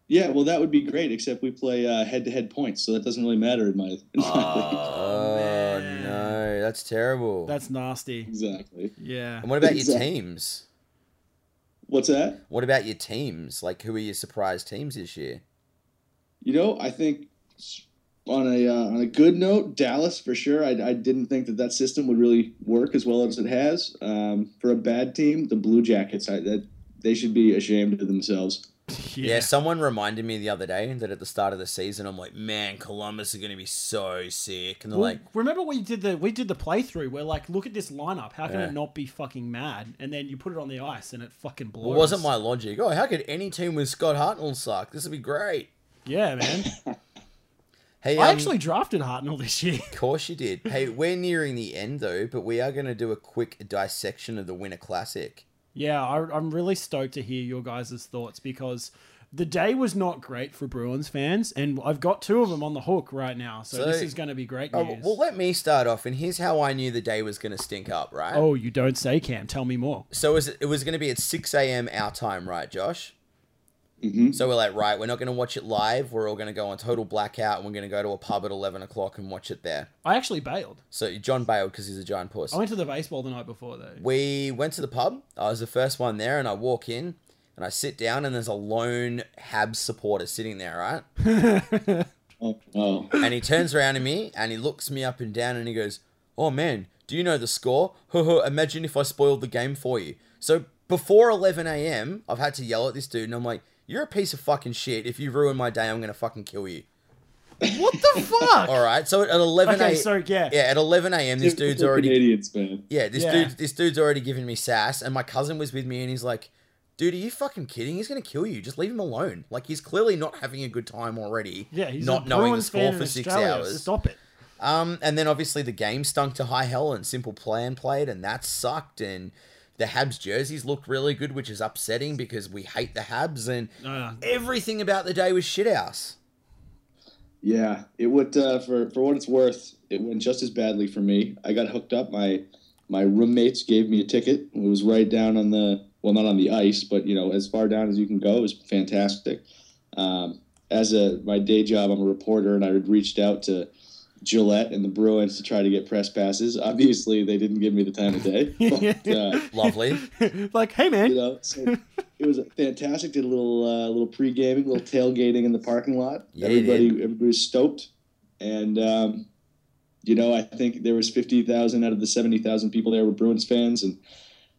yeah, well, that would be great, except we play uh, head-to-head points, so that doesn't really matter in my. In my league. Oh, man. no, that's terrible. That's nasty. Exactly. Yeah. and what about your Exactly. teams? What's that? What about your teams? Like, who are your surprise teams this year? You know, I think s- on a uh, on a good note, Dallas for sure. I, I didn't think that that system would really work as well as it has. Um, for a bad team, the Blue Jackets, I, that they should be ashamed of themselves. <laughs> Yeah. someone reminded me the other day that at the start of the season, I'm like, man, Columbus are going to be so sick. And they're Well, like, remember we did the we did the playthrough where like look at this lineup how can Yeah. it not be fucking mad and then you put it on the ice and it fucking blows well, wasn't my logic. Oh, how could any team with Scott Hartnell suck? This would be great. yeah <laughs> man Hey, I um, actually drafted Hartnell this year Of course you did. <laughs> Hey, we're nearing the end, though, but we are going to do a quick dissection of the Winter Classic. Yeah, I, I'm really stoked to hear your guys' thoughts because the day was not great for Bruins fans, and I've got two of them on the hook right now. So, So- this is going to be great Oh, news. well, let me start off, and here's how I knew the day was going to stink up, right? oh, you don't say, Cam. Tell me more. So is it, it was going to be at 6 a.m. our time, right, Josh? Mhm. So we're like, right, we're not going to watch it live. We're all going to go on total blackout, and we're going to go to a pub at 11 o'clock and watch it there. I actually bailed. So John bailed because he's a giant puss. I went to the baseball the night before, though. We went to the pub. I was the first one there, and I walk in and I sit down, and there's a lone Habs supporter sitting there, right? Oh, oh. and he <laughs> turns around to me and he looks me up and down and he goes, "Oh man, do you know the score? Haha, Imagine if I spoiled the game for you." So before 11 a.m., I've had to yell at this dude, and I'm like, "You're a piece of fucking shit. If you ruin my day, I'm gonna fucking kill you." <laughs> What the fuck? All right. So at 11 Okay, a.m. so yeah. yeah, at 11 a.m. this dude's Typical already Canadians, man. yeah this Yeah. dude this dude's already giving me sass, and my cousin was with me, and he's like. Dude, are you fucking kidding? He's gonna kill you. Just leave him alone. Like he's clearly not having a good time already. Yeah, he's not a knowing the Bruins score fan in for six Australia, so hours. Stop it. Um, and then obviously the game stunk to high hell, and Simple Plan played, and that sucked. And the Habs jerseys looked really good, which is upsetting because we hate the Habs, and <laughs> Uh, everything about the day was shit house. Yeah, it would. Uh, for for what it's worth, it went just as badly for me. I got hooked up. My my roommates gave me a ticket. It was right down on the well, not on the ice, but you know, as far down as you can go. It was fantastic. Um, as a my day job, I'm a reporter, and I had reached out to Gillette and the Bruins to try to get press passes. Obviously, they didn't give me the time <laughs> of day. But, uh, Lovely. like, hey <laughs> man, you know, so it was fantastic. Did a little uh, little pre gaming, little tailgating in the parking lot. Yeah, you everybody everybody was stoked, and um, you know I think there was fifty thousand out of the seventy thousand people there were Bruins fans, and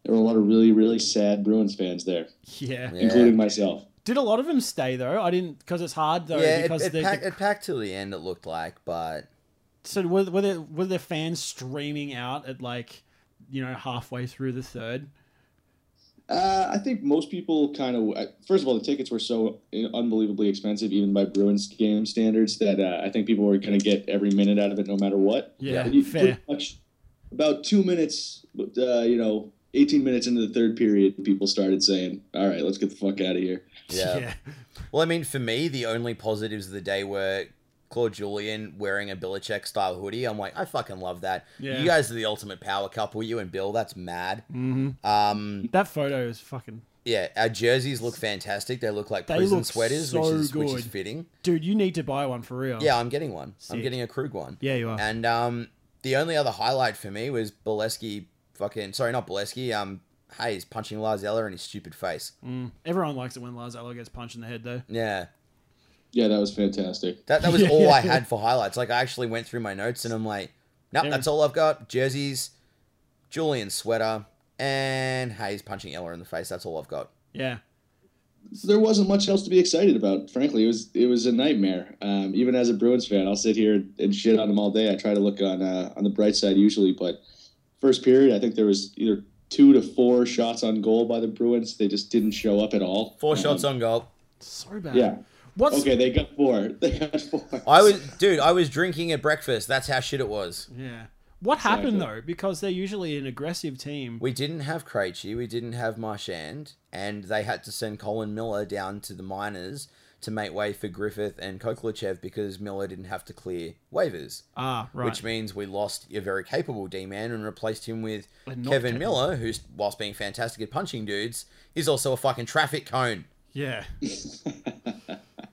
there were a lot of really really sad Bruins fans there, yeah. Yeah, including myself. Did a lot of them stay though? I didn't because it's hard though. yeah it, because it, the, packed, the, it packed till the end. It looked like, but so were, were there were there fans streaming out at like you know halfway through the third? Uh, I think most people kind of. First of all, the tickets were so unbelievably expensive, even by Bruins game standards, that uh, I think people were going to get every minute out of it, no matter what. Yeah, And <laughs> you- fair. pretty much about two minutes, uh, you know, 18 minutes into the third period, people started saying, all right, let's get the fuck out of here. <laughs> Yeah. well, I mean, for me, the only positives of the day were Claude Julian wearing a Billichek style hoodie. I'm like, I fucking love that. Yeah. You guys are the ultimate power couple. You and Bill, that's mad. hmm Um, That photo is fucking Yeah, our jerseys look fantastic. They look like They prison look sweaters, so which is which is good. fitting. dude. You need to buy one for real. Yeah, I'm getting one. I'm Sick. getting a Krug one. yeah, you are. And um, the only other highlight for me was Boleski fucking sorry, not Boleski. Um, Hayes punching Lars Eller in his stupid face. Mm. Everyone likes it when Lars Eller gets punched in the head though. Yeah, Yeah, that was fantastic. that that was all I had for highlights. Like I actually went through my notes and I'm like, nope, Yeah. that's all I've got. Jerseys, Julian sweater, and Hayes punching Eller in the face. That's all I've got. Yeah, There wasn't much else to be excited about, frankly. It was it was a nightmare. Um, even as a Bruins fan, I'll sit here and shit on them all day. I try to look on uh, on the bright side usually, but first period, I think there was either two to four shots on goal by the Bruins. They just didn't show up at all. Four Um, shots on goal. so bad. Yeah. What's Okay, they got four. <laughs> They got four. I was dude. I was drinking at breakfast. That's how shit it was. yeah? What happened Exactly. though? Because they're usually an aggressive team. We didn't have Krejci, we didn't have Marchand, and they had to send Colin Miller down to the minors to make way for Griffith and Koklichev because Miller didn't have to clear waivers, ah, right. which means we lost a very capable D-man and replaced him with Kevin But not capable. Miller, who's whilst being fantastic at punching dudes, is also a fucking traffic cone. <laughs> Yeah.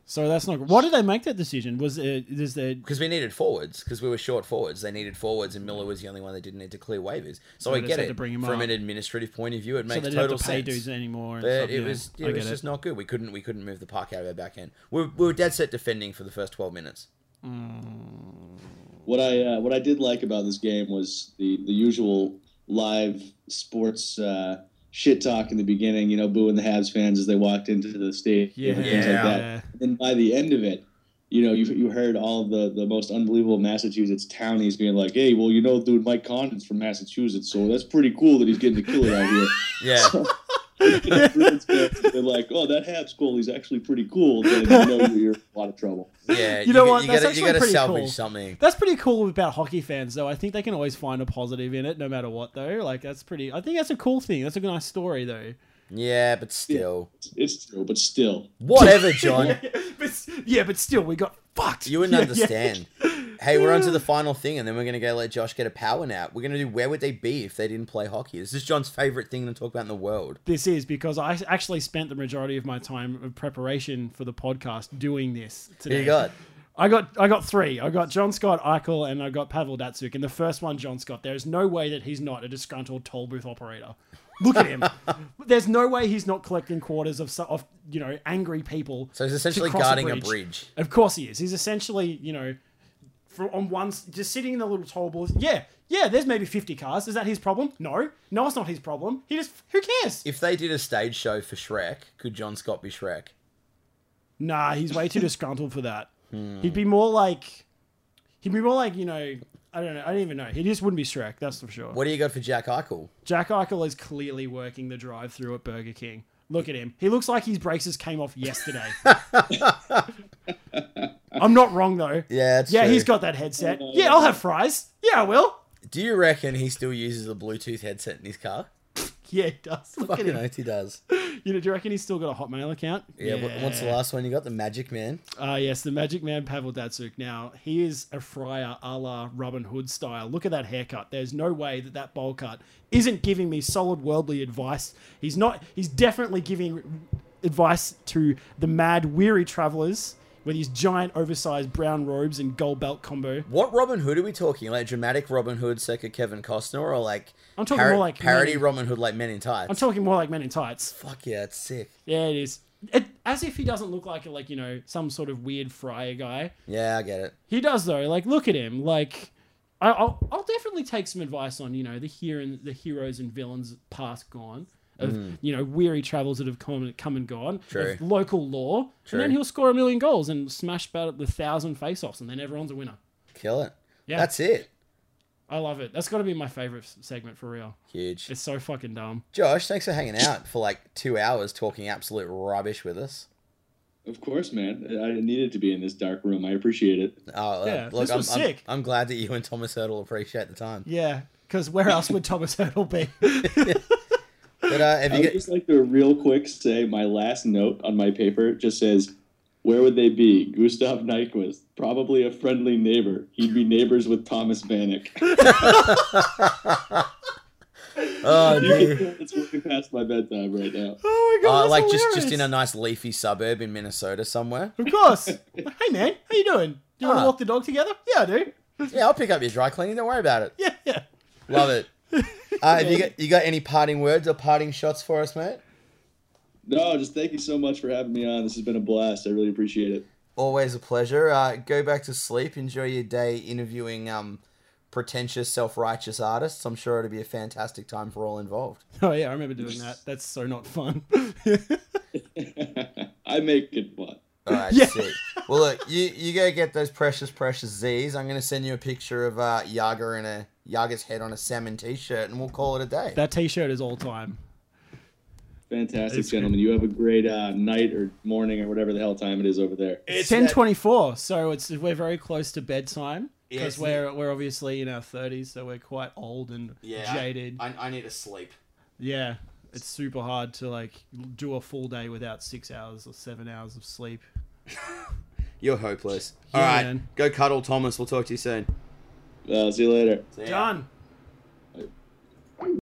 so that's not. Why did they make that decision? Was it? Is there? Because we needed forwards, because we were short forwards. They needed forwards, and Miller was the only one that didn't need to clear waivers. So, So I they get said it. to bring him From up. an administrative point of view, it So makes they didn't total have to pay sense. dudes anymore. And But stuff, it yeah. was I it was get just not good. We couldn't we couldn't move the puck out of our backhand. We were, we were dead set defending for the first twelve minutes. Mm. What I uh, what I did like about this game was the the usual live sports uh, shit talk in the beginning. You know, booing the Habs fans as they walked into the stadium Yeah. and things like that. yeah. And by the end of it, you know, you you heard all of the the most unbelievable Massachusetts townies being like, "Hey, well, you know, dude, Mike Condon's from Massachusetts, so that's pretty cool that he's getting to kill it out here." <laughs> Yeah, Bruins fans, <laughs> They're like, "Oh, that Habs goal, he's actually pretty cool." Then you know you're in a lot of trouble. yeah. You know g- what? That's gotta, you actually gotta pretty salvage cool. something. That's pretty cool about hockey fans, though. I think they can always find a positive in it, no matter what, though. Like that's pretty. I think that's a cool thing. That's a nice story, though. Yeah, but still. It's true, but still. Whatever, <laughs> John. but, s- yeah, but still, we got fucked. You wouldn't <laughs> Yeah, yeah. understand. Hey, we're on to the final thing, and then we're going to go let Josh get a power nap. We're going to do where would they be if they didn't play hockey? This is John's favorite thing to talk about in the world. This is because I actually spent the majority of my time of preparation for the podcast doing this Who today. you got? I got I got three. I got John Scott Eichel and I got Pavel Datsuk. And the first one, John Scott, there is no way that he's not a disgruntled toll booth operator. Look <laughs> at him. There's no way he's not collecting quarters of so- of you know angry people. So he's to essentially cross guarding a bridge. Of course he is. He's essentially you know for, on one s- just sitting in the little toll booth. Yeah, yeah. There's maybe 50 cars. Is that his problem? No, no, it's not his problem. He just who cares? If they did a stage show for Shrek, could John Scott be Shrek? Nah, he's <laughs> way too disgruntled for that. Hmm. He'd be more like, he'd be more like you know, I don't know, I don't even know. He just wouldn't be Shrek, that's for sure. What do you got for Jack Eichel? Jack Eichel is clearly working the drive-through at Burger King. Look at him. He looks like his braces came <laughs> off yesterday. I'm not wrong though. Yeah, that's Yeah, true. he's got that headset. Yeah, I'll have fries. Yeah, I will. Do you reckon he still uses a Bluetooth headset in his car? Yeah, he does. Look at Fucking him. oath he does. You know, do you reckon he's still got a Hotmail account? Yeah, what What's the last one you got? The Magic Man. Ah, yes, the Magic Man Pavel Datsuk. Now, he is a friar a la Robin Hood style. Look at that haircut. There's no way that that bowl cut isn't giving me solid worldly advice. He's not. He's definitely giving advice to the mad, weary travelers with his giant, oversized brown robes and gold belt combo. What Robin Hood are we talking? Like dramatic Robin Hood, circa Kevin Costner, or like I'm talking more like parody Men in- Robin Hood, like Men in Tights? I'm talking more like men in tights. Fuck yeah, it's sick. Yeah, it is. It, as if he doesn't look like like you know some sort of weird friar guy. Yeah, I get it. He does though. Like, look at him. Like, I, I'll I'll definitely take some advice on you know the here and the heroes and villains past gone of you know weary travels that have come come and gone. Mm. True. Of local law, True. and then he'll score a million goals and smash about the thousand face-offs, and then everyone's a winner. Kill it. Yeah. That's it. I love it. That's got to be my favorite s- segment for real. Huge. It's so fucking dumb. Josh, thanks for hanging out for like two hours talking absolute rubbish with us. Of course, man. I needed to be in this dark room. I appreciate it. Oh, uh, Yeah, look, this I'm, was I'm- sick. I'm glad that you and Thomas Hurdle appreciate the time. Yeah, because where else would Thomas <laughs> Hurdle be? But uh, have I you would got, just like to real quick say my last note on my paper just says, "Where would they be?" Gustav Nyquist, probably a friendly neighbor. He'd be neighbors with <laughs> Thomas Vanek. oh, dude. <laughs> it's way past my bedtime right now. oh my Uh, that's like just, just in a hilarious. nice leafy suburb in Minnesota somewhere. Of course. hey man, how you doing? You want to Ah. walk the dog together? Yeah, I do. Yeah, I'll pick up your dry cleaning. Don't worry about it. Yeah, yeah. Love <laughs> it. Uh, have you got you got any parting words or parting shots for us, mate? No, just thank you so much for having me on. This has been a blast. I really appreciate it. Always a pleasure. Uh, go back to sleep. Enjoy your day interviewing um, pretentious, self righteous artists. I'm sure it'll be a fantastic time for all involved. <laughs> Oh yeah, I remember doing that. That's so not fun. <laughs> I make it <laughs> fun. All right, <laughs> Yeah. sick. Well, look, you you go get those precious, precious Z's. I'm gonna send you a picture of uh, Yaga and a Yaga's head on a salmon T-shirt, and we'll call it a day. that T-shirt is all time. Fantastic, It's- gentlemen. You have a great uh, night or morning or whatever the hell time it is over there. It's ten twenty four, so it's we're very close to bedtime Yes. because we're we're obviously in our thirties, so we're quite old and jaded. I, I need to sleep. yeah, it's super hard to like do a full day without six hours or seven hours of sleep. You're hopeless. Yeah, all right, man. go cuddle Thomas. We'll talk to you soon. Uh, see you later. See ya. Done.